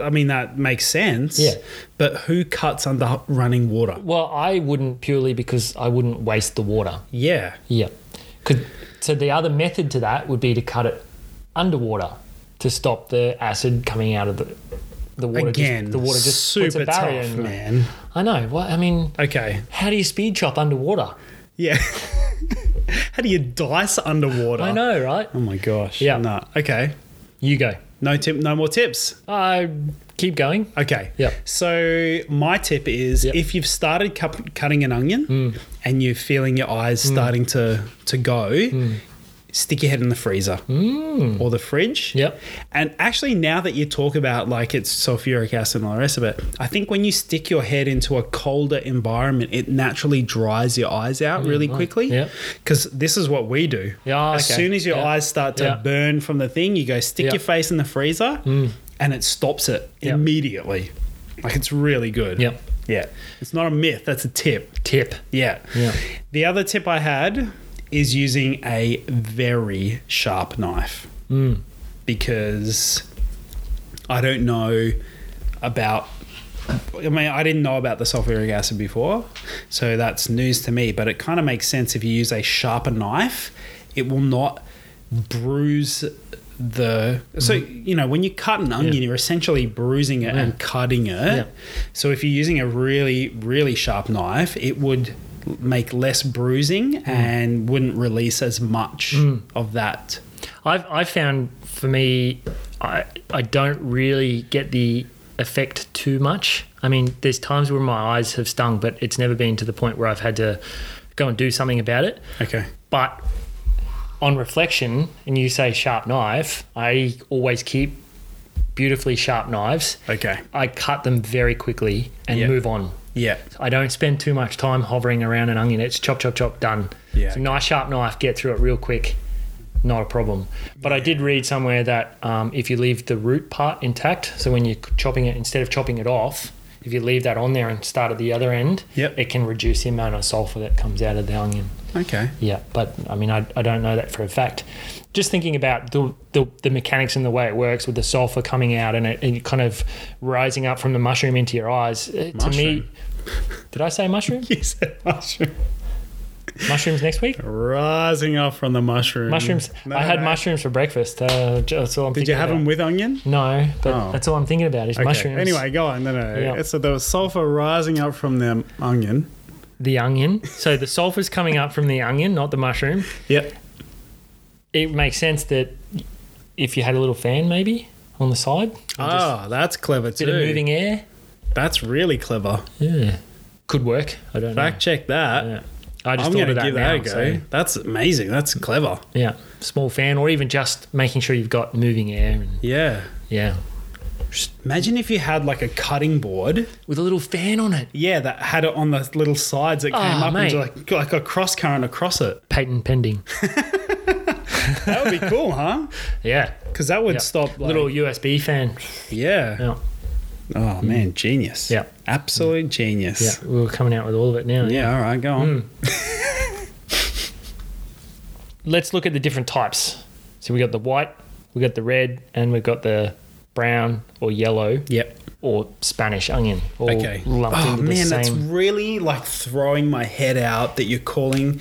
I mean that makes sense.
Yeah.
But who cuts under h- running water?
Well, I wouldn't purely because I wouldn't waste the water.
Yeah.
Yeah. Could so the other method to that would be to cut it underwater to stop the acid coming out of the the water. just-
Again,
the water just puts
super
a barrier
tough,
in.
man.
I know. What I mean.
Okay.
How do you speed chop underwater?
Yeah. <laughs> How do you dice underwater?
I know, right?
Oh my gosh.
Yeah.
No. Okay.
You go.
No tip, no more tips.
I keep going.
Okay.
Yep.
So my tip is
Yep. Hmm.
if you've started
Hmm.
cup cutting an onion and you're feeling your eyes starting to to go, stick your head in the freezer or the fridge.
Yep.
And actually, now that you talk about like it's sulfuric acid and all the rest of it, I think when you stick your head into a colder environment, it naturally dries your eyes out really quickly.
Hmm, Yep.
Because this is what we do.
Yeah,
As
okay.
soon as your
Yeah.
eyes start to
Yeah.
burn from the thing, you go stick
Yeah. Mm.
your face in the freezer and it stops it
Yeah.
immediately. Like it's really good.
Yep.
Yeah. It's not a myth, that's a tip.
Tip.
Yeah.
Yeah.
The other tip I had is using a very sharp knife
Mm.
because I don't know about. I mean, I didn't know about the sulfuric acid before, so that's news to me. But it kind of makes sense if you use a sharper knife, it will not bruise the. So, you know, when you cut an onion,
Mm-hmm. Yeah. Mm.
you're essentially bruising it and cutting it.
Yeah.
So if you're using a really, really sharp knife, it would l- make less bruising
Mm.
and wouldn't release as much of that.
I've I've found for me, I I don't really get the effect too much. I mean, there's times where my eyes have stung, but it's never been to the point where I've had to go and do something about it.
Okay.
But on reflection, and you say sharp knife, I always keep beautifully sharp knives.
Okay.
I cut them very quickly and
Yeah.
move on.
Yeah.
I don't spend too much time hovering around an onion. It's chop, chop, chop, done.
Yeah.
So nice sharp knife, get through it real quick. Not a problem. But I did read somewhere that um, if you leave the root part intact, so when you're chopping it, instead of chopping it off, if you leave that on there and start at the other end,
Yep.
it can reduce the amount of sulfur that comes out of the onion.
Okay.
Yeah, but I mean, I, I don't know that for a fact. Just thinking about the, the, the mechanics and the way it works with the sulfur coming out and it, and it kind of rising up from the mushroom into your eyes. uh, To me,
Mushroom.
<laughs> did I say
<laughs>
mushroom?
You said mushroom.
mushrooms next week?
Rising up from the mushroom.
Mushrooms.
Mm. No,
I had
no.
mushrooms for breakfast. Uh, j- that's all I'm
Did you have them
about.
with onion?
No, but
Oh.
that's all I'm thinking about is
Okay.
mushrooms.
Anyway, go on. No, no. no.
Yeah.
So there was sulfur rising up from the onion.
the onion. So the sulfur's coming up from the onion, not the mushroom.
Yep.
It makes sense that if you had a little fan maybe on the side,
Oh, that's clever
bit
too.
of moving air.
That's really clever.
Yeah. Could work. I don't know.
Fact check that.
Yeah. I just thought
I'm going to
of that
give
now.
that a go.
so,
That's amazing. That's clever.
yeah, small fan, or even just making sure you've got moving air. And,
Yeah.
yeah,
Imagine if you had like a cutting board.
with a little fan on it.
Yeah, that had it on the little sides that came
Ah,
up
mate.
and like like a cross current across it.
Patent pending.
That
<laughs>
would be cool, huh?
Yeah,
Because that would
Yeah.
stop like,
little USB fan.
Yeah.
Yeah,
Oh man, genius.
Yeah.
Absolute
yeah.
genius.
We're coming out with all of it now.
Yeah. All right, go on.
Let's look at the different types. So we got the white, we got the red, and we've got the brown or yellow
Yep.
or Spanish onion. All
Okay.
Lumped
oh
into
man,
the
that's
same.
really like throwing my head out that you're calling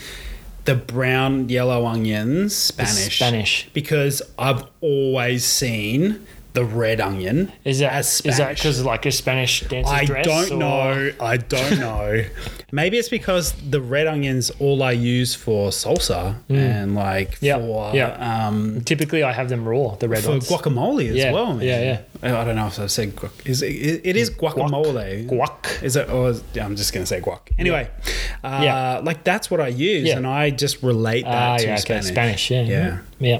the brown yellow onions Spanish.
Spanish.
Because I've always seen the red onion.
Is that
as
is that
Spanish.
because like a Spanish dancer's
I
dress?
don't
or-
know.
<laughs>
I don't know. Maybe it's because the red onions all I use for salsa
Mm.
and like
Yeah,
for
yeah.
um
Typically, I have them raw, the red
for
ones.
guacamole as
Yeah,
well. Man.
yeah,
yeah. I don't know if I've said guac. Is it, it, it is guacamole?
Guac.
Is it? Or is, yeah, I'm just gonna say guac. Anyway, Uh,
Yeah.
like that's what I use,
Yeah.
and I just relate that
Ah,
to
yeah,
Spanish.
okay, Spanish, yeah,
Yeah.
yeah, yeah.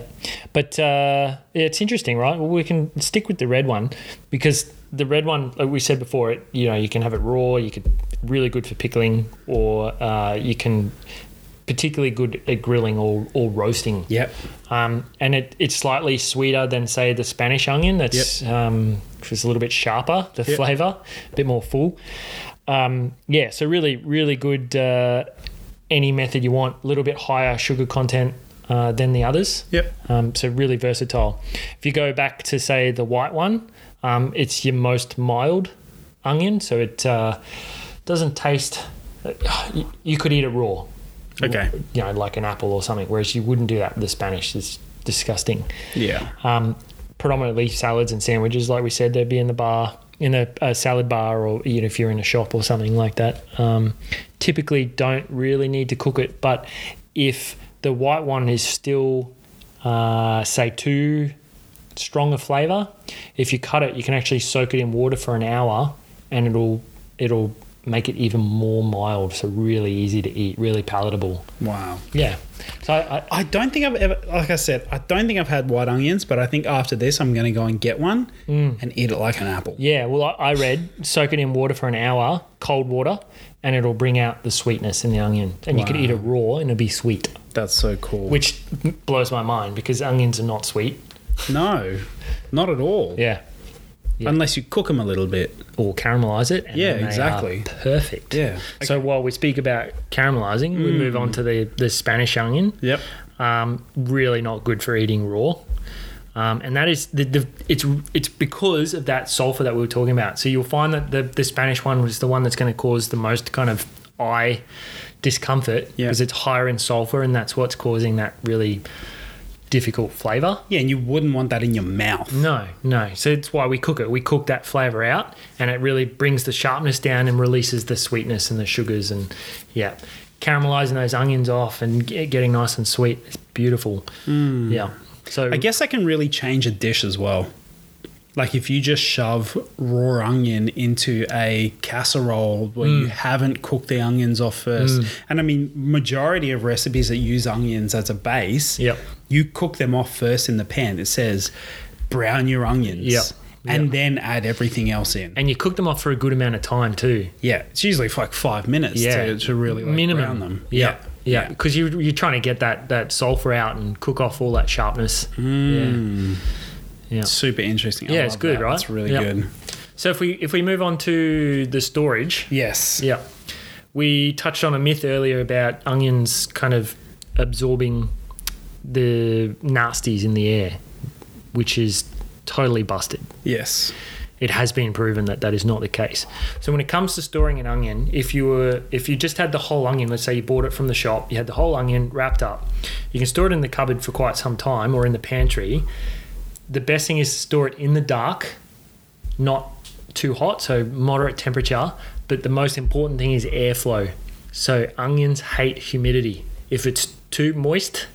But uh, yeah, it's interesting, right? Well, we can stick with the red one because the red one, like we said before, it you know you can have it raw, you could really good for pickling, or uh, you can particularly good at grilling or, or roasting.
Yep.
Um, and it, it's slightly sweeter than say the Spanish onion. That's um, it's a little bit sharper, the flavor, a bit more full. Um, yeah, so really, really good. Uh, any method you want, a little bit higher sugar content uh, than the others.
Yep.
Um, so really versatile. If you go back to say the white one, um, it's your most mild onion, so it uh, doesn't taste. you- You could eat it raw
Okay.
you know, like an apple or something. Whereas you wouldn't do that with the Spanish. It's disgusting.
Yeah.
Um, predominantly salads and sandwiches, like we said, they'd be in the bar, in a, a salad bar, or you know, if you're in a shop or something like that. Um, typically, don't really need to cook it. But if the white one is still, uh, say, too strong a flavor, if you cut it, you can actually soak it in water for an hour, and it'll it'll make it even more mild, so really easy to eat, really palatable.
Wow.
Yeah. So I, I,
I don't think I've ever, like I said, I don't think I've had white onions, but I think after this, I'm going to go and get one
Mm.
and eat it like an apple.
yeah, well, I, I read soak it in water for an hour, cold water, and it'll bring out the sweetness in the onion, and you could eat it raw and it'll be sweet,
That's so cool.
which blows my mind because onions are not sweet.
no, not at all.
Yeah.
Unless you cook them a little bit.
Or caramelize it. And
Yeah,
then they are
exactly.
perfect.
Yeah. Mm.
So while we speak about caramelizing, we move on to the, the Spanish onion.
Yep.
um, really not good for eating raw. Um, and that is the, the it's it's because of that sulfur that we were talking about. So you'll find that the, the Spanish one was the one that's going to cause the most kind of eye discomfort
Yeah.
because it's higher in sulfur, and that's what's causing that really difficult flavor.
Yeah, and you wouldn't want that in your mouth.
No, no. So it's why we cook it. We cook that flavor out, and it really brings the sharpness down and releases the sweetness and the sugars and yeah, caramelizing those onions off and get, getting nice and sweet. It's beautiful. Yeah. So
Mm. I guess that can really change a dish as well. Like if you just shove raw onion into a casserole where you
Mm.
haven't cooked the onions off first, and I mean majority of recipes that use onions as a base,
Yep.
you cook them off first in the pan. It says brown your onions,
Yep.
and then add everything else in.
and you cook them off for a good amount of time too.
yeah, it's usually for like five minutes
Yeah.
to, to really like
Minimum
brown them.
Yeah. Yeah, because you, you're trying to get that, that sulfur out and cook off all that sharpness.
Mm.
Yeah. yeah.
super interesting. I
Yeah, it's
love
good,
that.
right?
It's really
Yeah.
good.
So if we if we move on to the storage,
Yes.
Yeah. We touched on a myth earlier about onions kind of absorbing the nasties in the air, which is totally busted.
Yes.
It has been proven that that is not the case. So when it comes to storing an onion, if you were if you just had the whole onion, let's say you bought it from the shop, you had the whole onion wrapped up, you can store it in the cupboard for quite some time or in the pantry. The best thing is to store it in the dark not too hot, so moderate temperature. But the most important thing is airflow. So onions hate humidity. If it's too moist,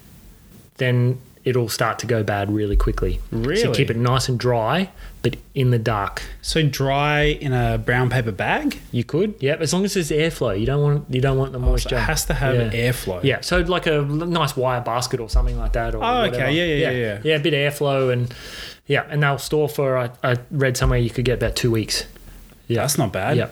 then it'll start to go bad really quickly. So
Really?
keep it nice and dry, but in the dark.
So dry in a brown paper bag.
You could, yep. As long as there's airflow, you don't want you don't want the
Oh, So
moisture.
it has to have
Yeah.
airflow.
Yeah, so like a l- nice wire basket or something like that. Or
Oh, okay.
whatever.
Yeah, yeah, yeah, yeah.
a bit of airflow and yeah, and they'll store for. I, I read somewhere you could get about two weeks. Yeah,
That's not bad.
Yeah.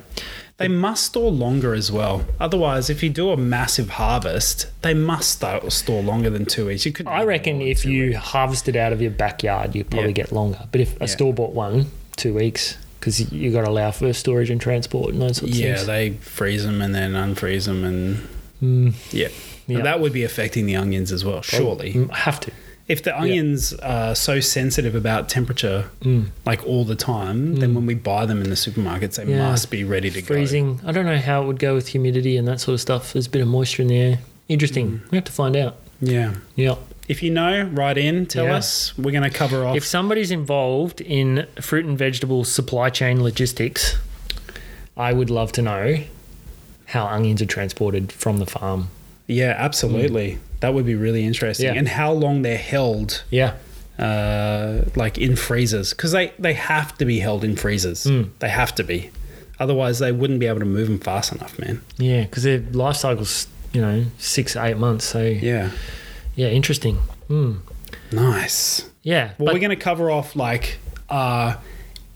They must store longer as well. Otherwise, if you do a massive harvest, they must sto- store longer than two weeks. You could.
I reckon if you harvest it out of your backyard, you probably
Yeah.
get longer. But if a store bought one, two weeks, because you got to allow for storage and transport and those sorts
Yeah,
of things.
they freeze them and then unfreeze them and. Yeah.
Hmm. Yeah.
That would be affecting the onions as well, surely.
Mm, have to.
If the onions are so sensitive about temperature,
Hmm.
like all the time, then when we buy them in the supermarkets, they
Yeah.
must be ready to
Freezing. I don't know how it would go with humidity and that sort of stuff. There's a bit of moisture in the air. Interesting.
Mm.
We have to find out.
go. Yeah.
Yeah.
If you know, write in, tell
Yeah.
us. We're going to cover off.
If somebody's involved in fruit and vegetable supply chain logistics, I would love to know how onions are transported from the farm.
Yeah, absolutely. That would be really interesting.
Yeah.
And how long they're held,
Yeah.
uh, like in freezers, because they they have to be held in freezers. They have to be, otherwise they wouldn't be able to move them fast enough, man.
Yeah, because their life cycle's, you know, six, eight months. So
Yeah,
Yeah, interesting. Hmm.
nice.
Yeah,
Well,
but
we're going to cover off like uh,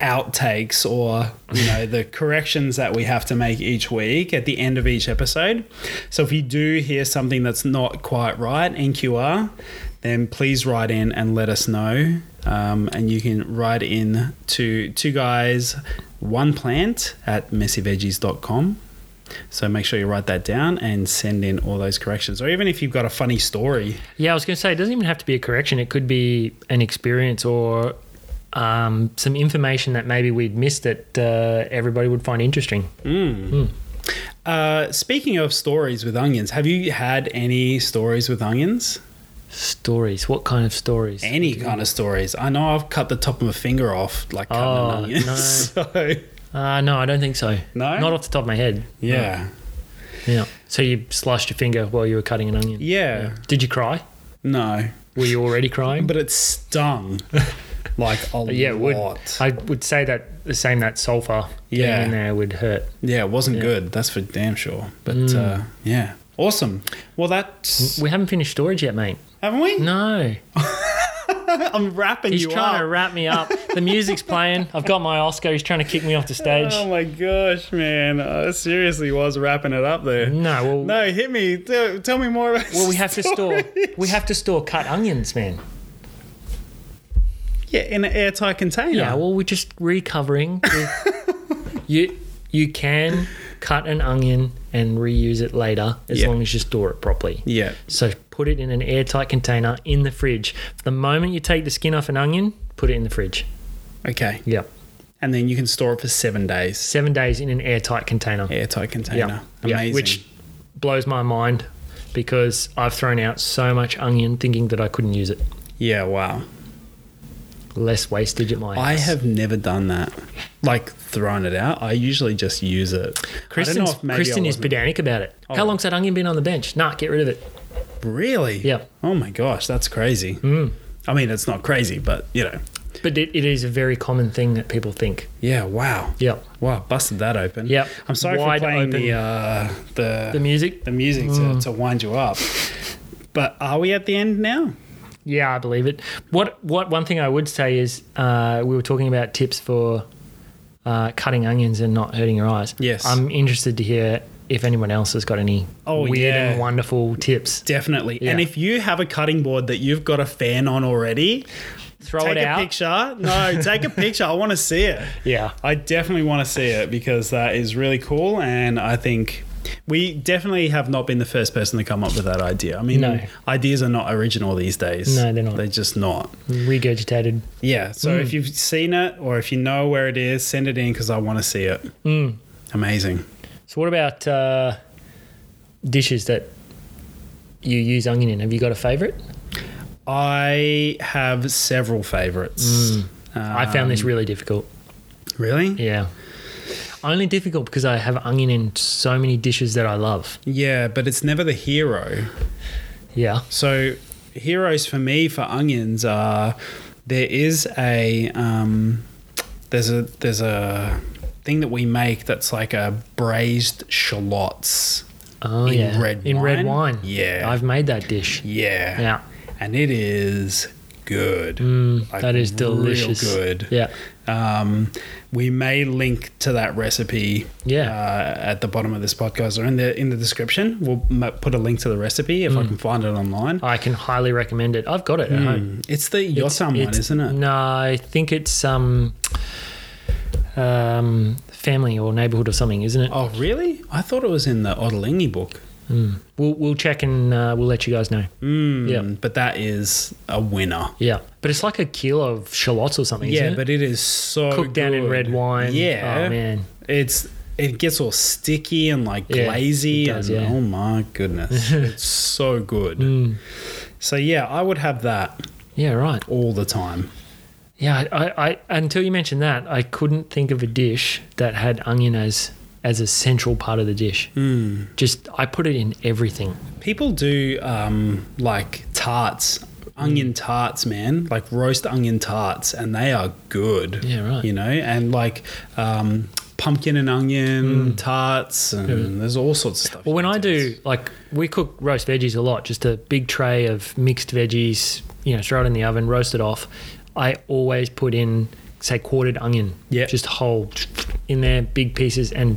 outtakes or you know the corrections that we have to make each week at the end of each episode. So if you do hear something that's not quite right, NQR, then please write in and let us know. Um, and you can write in to two guys, one plant at messyveggies.com. So make sure you write that down and send in all those corrections. Or even if you've got a funny story,
yeah, I was going to say it doesn't even have to be a correction. It could be an experience or um, some information that maybe we'd missed that uh, everybody would find interesting.
Uh, speaking of stories with onions, have you had any stories with onions?
Stories. What kind of stories?
Any kind of stories? I know I've cut the top of my finger off, like cutting
Oh,
an onion.
no.
<laughs> So,
Uh, no, I don't think so.
No?
not off the top of my head.
yeah.
Yeah. So you sliced your finger while you were cutting an onion.
Yeah.
Did you cry?
No.
Were you already crying? <laughs>
But it stung. like a
yeah, it
lot.
would. I would say that the same that sulfur getting
Yeah.
in there would hurt.
yeah, it wasn't good. That's for damn sure. But
Mm.
uh, yeah, awesome. Well, that's
We haven't finished storage yet, mate.
haven't we?
Mm. No,
I'm wrapping
he's
you
trying
up.
to wrap me up. The music's playing. I've got my Oscar. He's trying to kick me off the stage.
Oh my gosh, man! I seriously was wrapping it up there.
No, well,
No, hit me. Tell, tell me more about.
well, we have to store.
storage.
We have to store cut onions, man.
<laughs> Yeah, in an airtight container.
Yeah, well, we're just
<laughs>
recovering. with- you you can cut an onion and reuse it later as
Yeah.
long as you store it properly.
yeah.
So put it in an airtight container in the fridge. The moment you take the skin off an onion, put it in the fridge.
Okay,
Yeah.
and then you can store it for seven days.
Seven days in an airtight container.
Airtight
Yeah.
container.
Yeah.
Amazing.
Which blows my mind because I've thrown out so much onion thinking that I couldn't use it.
yeah, wow.
Less wastage at my house.
I have never done that. Like thrown it out. I usually just use it. I
Kristen's,
don't know if maybe I
Kristen is
wasn't- Oh.
pedantic about it. How long's that onion been on the bench? Nah, get rid of it.
really.
Yeah.
Oh my gosh, that's crazy. Mm. I mean, it's not crazy, but you know.
But it, it is a very common thing that people think.
Yeah. Wow.
Yeah.
Wow. Busted that open.
Yep.
I'm sorry
Wide
for playing
open.
the, uh, the
The music?
the music to, to wind you up. But are we at the end now?
Yeah, I believe it. What what one thing I would say is uh, we were talking about tips for uh, cutting onions and not hurting your eyes.
Yes.
I'm interested to hear if anyone else has got any
Oh,
weird
yeah.
and wonderful tips.
Definitely.
Yeah.
And if you have a cutting board that you've got a fan on already,
Throw it
take a
out.
picture.
<laughs>
No, take a picture. I want to see it.
Yeah.
I definitely want to see it because that is really cool. And I think we definitely have not been the first person to come up with that idea. I mean,
No.
ideas are not original these days.
No, they're not. Mm.
They're just not.
Regurgitated.
Yeah. So if you've seen it or if you know where it is, send it in because I want to see it.
Mm.
Amazing.
So what about uh, dishes that you use onion in? Have you got a favorite?
I have several favorites.
Mm.
Uh,
I found this really difficult.
Really?
Yeah. Only difficult because I have onion in so many dishes that I love.
Yeah, but it's never the hero.
Yeah.
So heroes for me for onions are there is a um, there's a there's a thing that we make that's like a braised shallots.
Oh
In
yeah.
red
in red
wine?
wine.
Yeah.
I've made that dish.
Yeah.
Yeah. Mm,
And it is good. Like,
that is
real
delicious.
good.
Yeah.
Um, we may link to that recipe
Yeah.
uh, at the bottom of this podcast or in the in the description. We'll m- put a link to the recipe if I can find it online.
Mm.
Um,
I can highly recommend it. I've got it
Hmm.
at home.
It's the Yotam one,
It's- mm.
isn't it?
No, I think it's um, um, family or neighborhood or something, isn't it?
Oh, really? I thought it was in the Ottolenghi book.
We'll, we'll check and uh, we'll let you guys know.
Mm,
Yeah.
But that is a winner.
Yeah. But it's like a kilo of shallots or something.
yeah,
isn't it?
but it is so
cooked down in
good.
red wine.
Yeah,
Oh man.
it's it gets all sticky and like
Yeah,
glazy.
it does,
and,
yeah. Mm.
Oh my
<laughs>
goodness, it's so good. So yeah, I would have that
Hmm. Yeah. Right.
all the time.
Yeah, I, I until you mentioned that, I couldn't think of a dish that had onion as as a central part of the dish.
Hmm.
Mm. Just I put it in everything.
People do um, like tarts,
Mm.
onion tarts, man, like roast onion tarts, and they are good.
Yeah, right.
You know, and like um, pumpkin and onion tarts, and there's all sorts of stuff.
Mm. Well,
you
when
can
I do like we cook roast veggies a lot, just a big tray of mixed veggies, you know, throw it in the oven, roast it off. I always put in say quartered onion,
Yeah.
just whole in there, big pieces and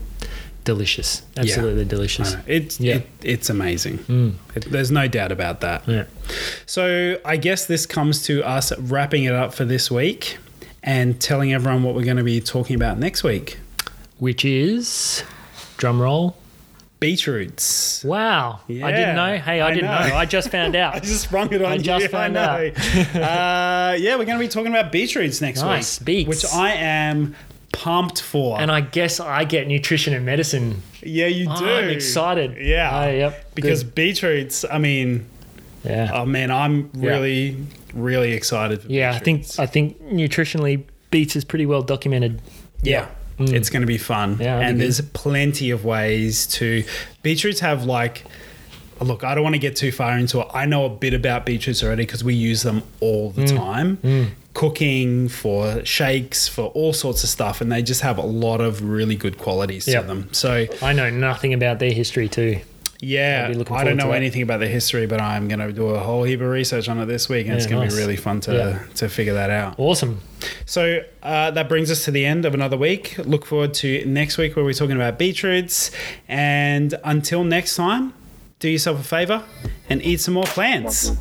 delicious, absolutely delicious.
I know. It's
Yeah. Mm.
it, it's amazing. It, there's no doubt about that.
Yeah.
So I guess this comes to us wrapping it up for this week and telling everyone what we're going to be talking about next week.
Which is drum roll.
Beetroots.
Wow. I
Yeah,
didn't know. Hey, I,
I
didn't know.
know.
I just
<laughs>
found out.
I just sprung it on
I
you. <laughs>
just found out.
uh, yeah, we're going to be talking about beetroots next
Nice,
week,
beets.
which I am pumped for.
and I guess I get nutrition and medicine. Oh,
yeah, you do.
I'm excited.
Yeah,
Oh, yep.
Because
Good.
beetroots. I mean,
yeah.
oh man, I'm really, really excited. For
yeah, I think
beetroots.
I think nutritionally beets is pretty well documented.
Yeah. It's going to be fun.
Mm. Yeah, that'd
and
be good.
there's plenty of ways to. Beetroots have like. Look,
Mm.
I don't want to get too far into it. I know a bit about beetroots already because we use them all the time. cooking, for shakes, for all sorts of stuff, and they just have a lot of really good qualities
Yep.
to them. So
I know nothing about their history too. I'll
yeah,
be looking
I don't
forward to
know
that.
anything about the history, but I'm going to do a whole heap of research on it this week, and it's
Yeah,
going to
nice.
be really fun to
Yeah.
to figure that out.
Awesome.
So uh, that brings us to the end of another week. Look forward to next week where we're talking about beetroots. And until next time, do yourself a favor and eat some more plants.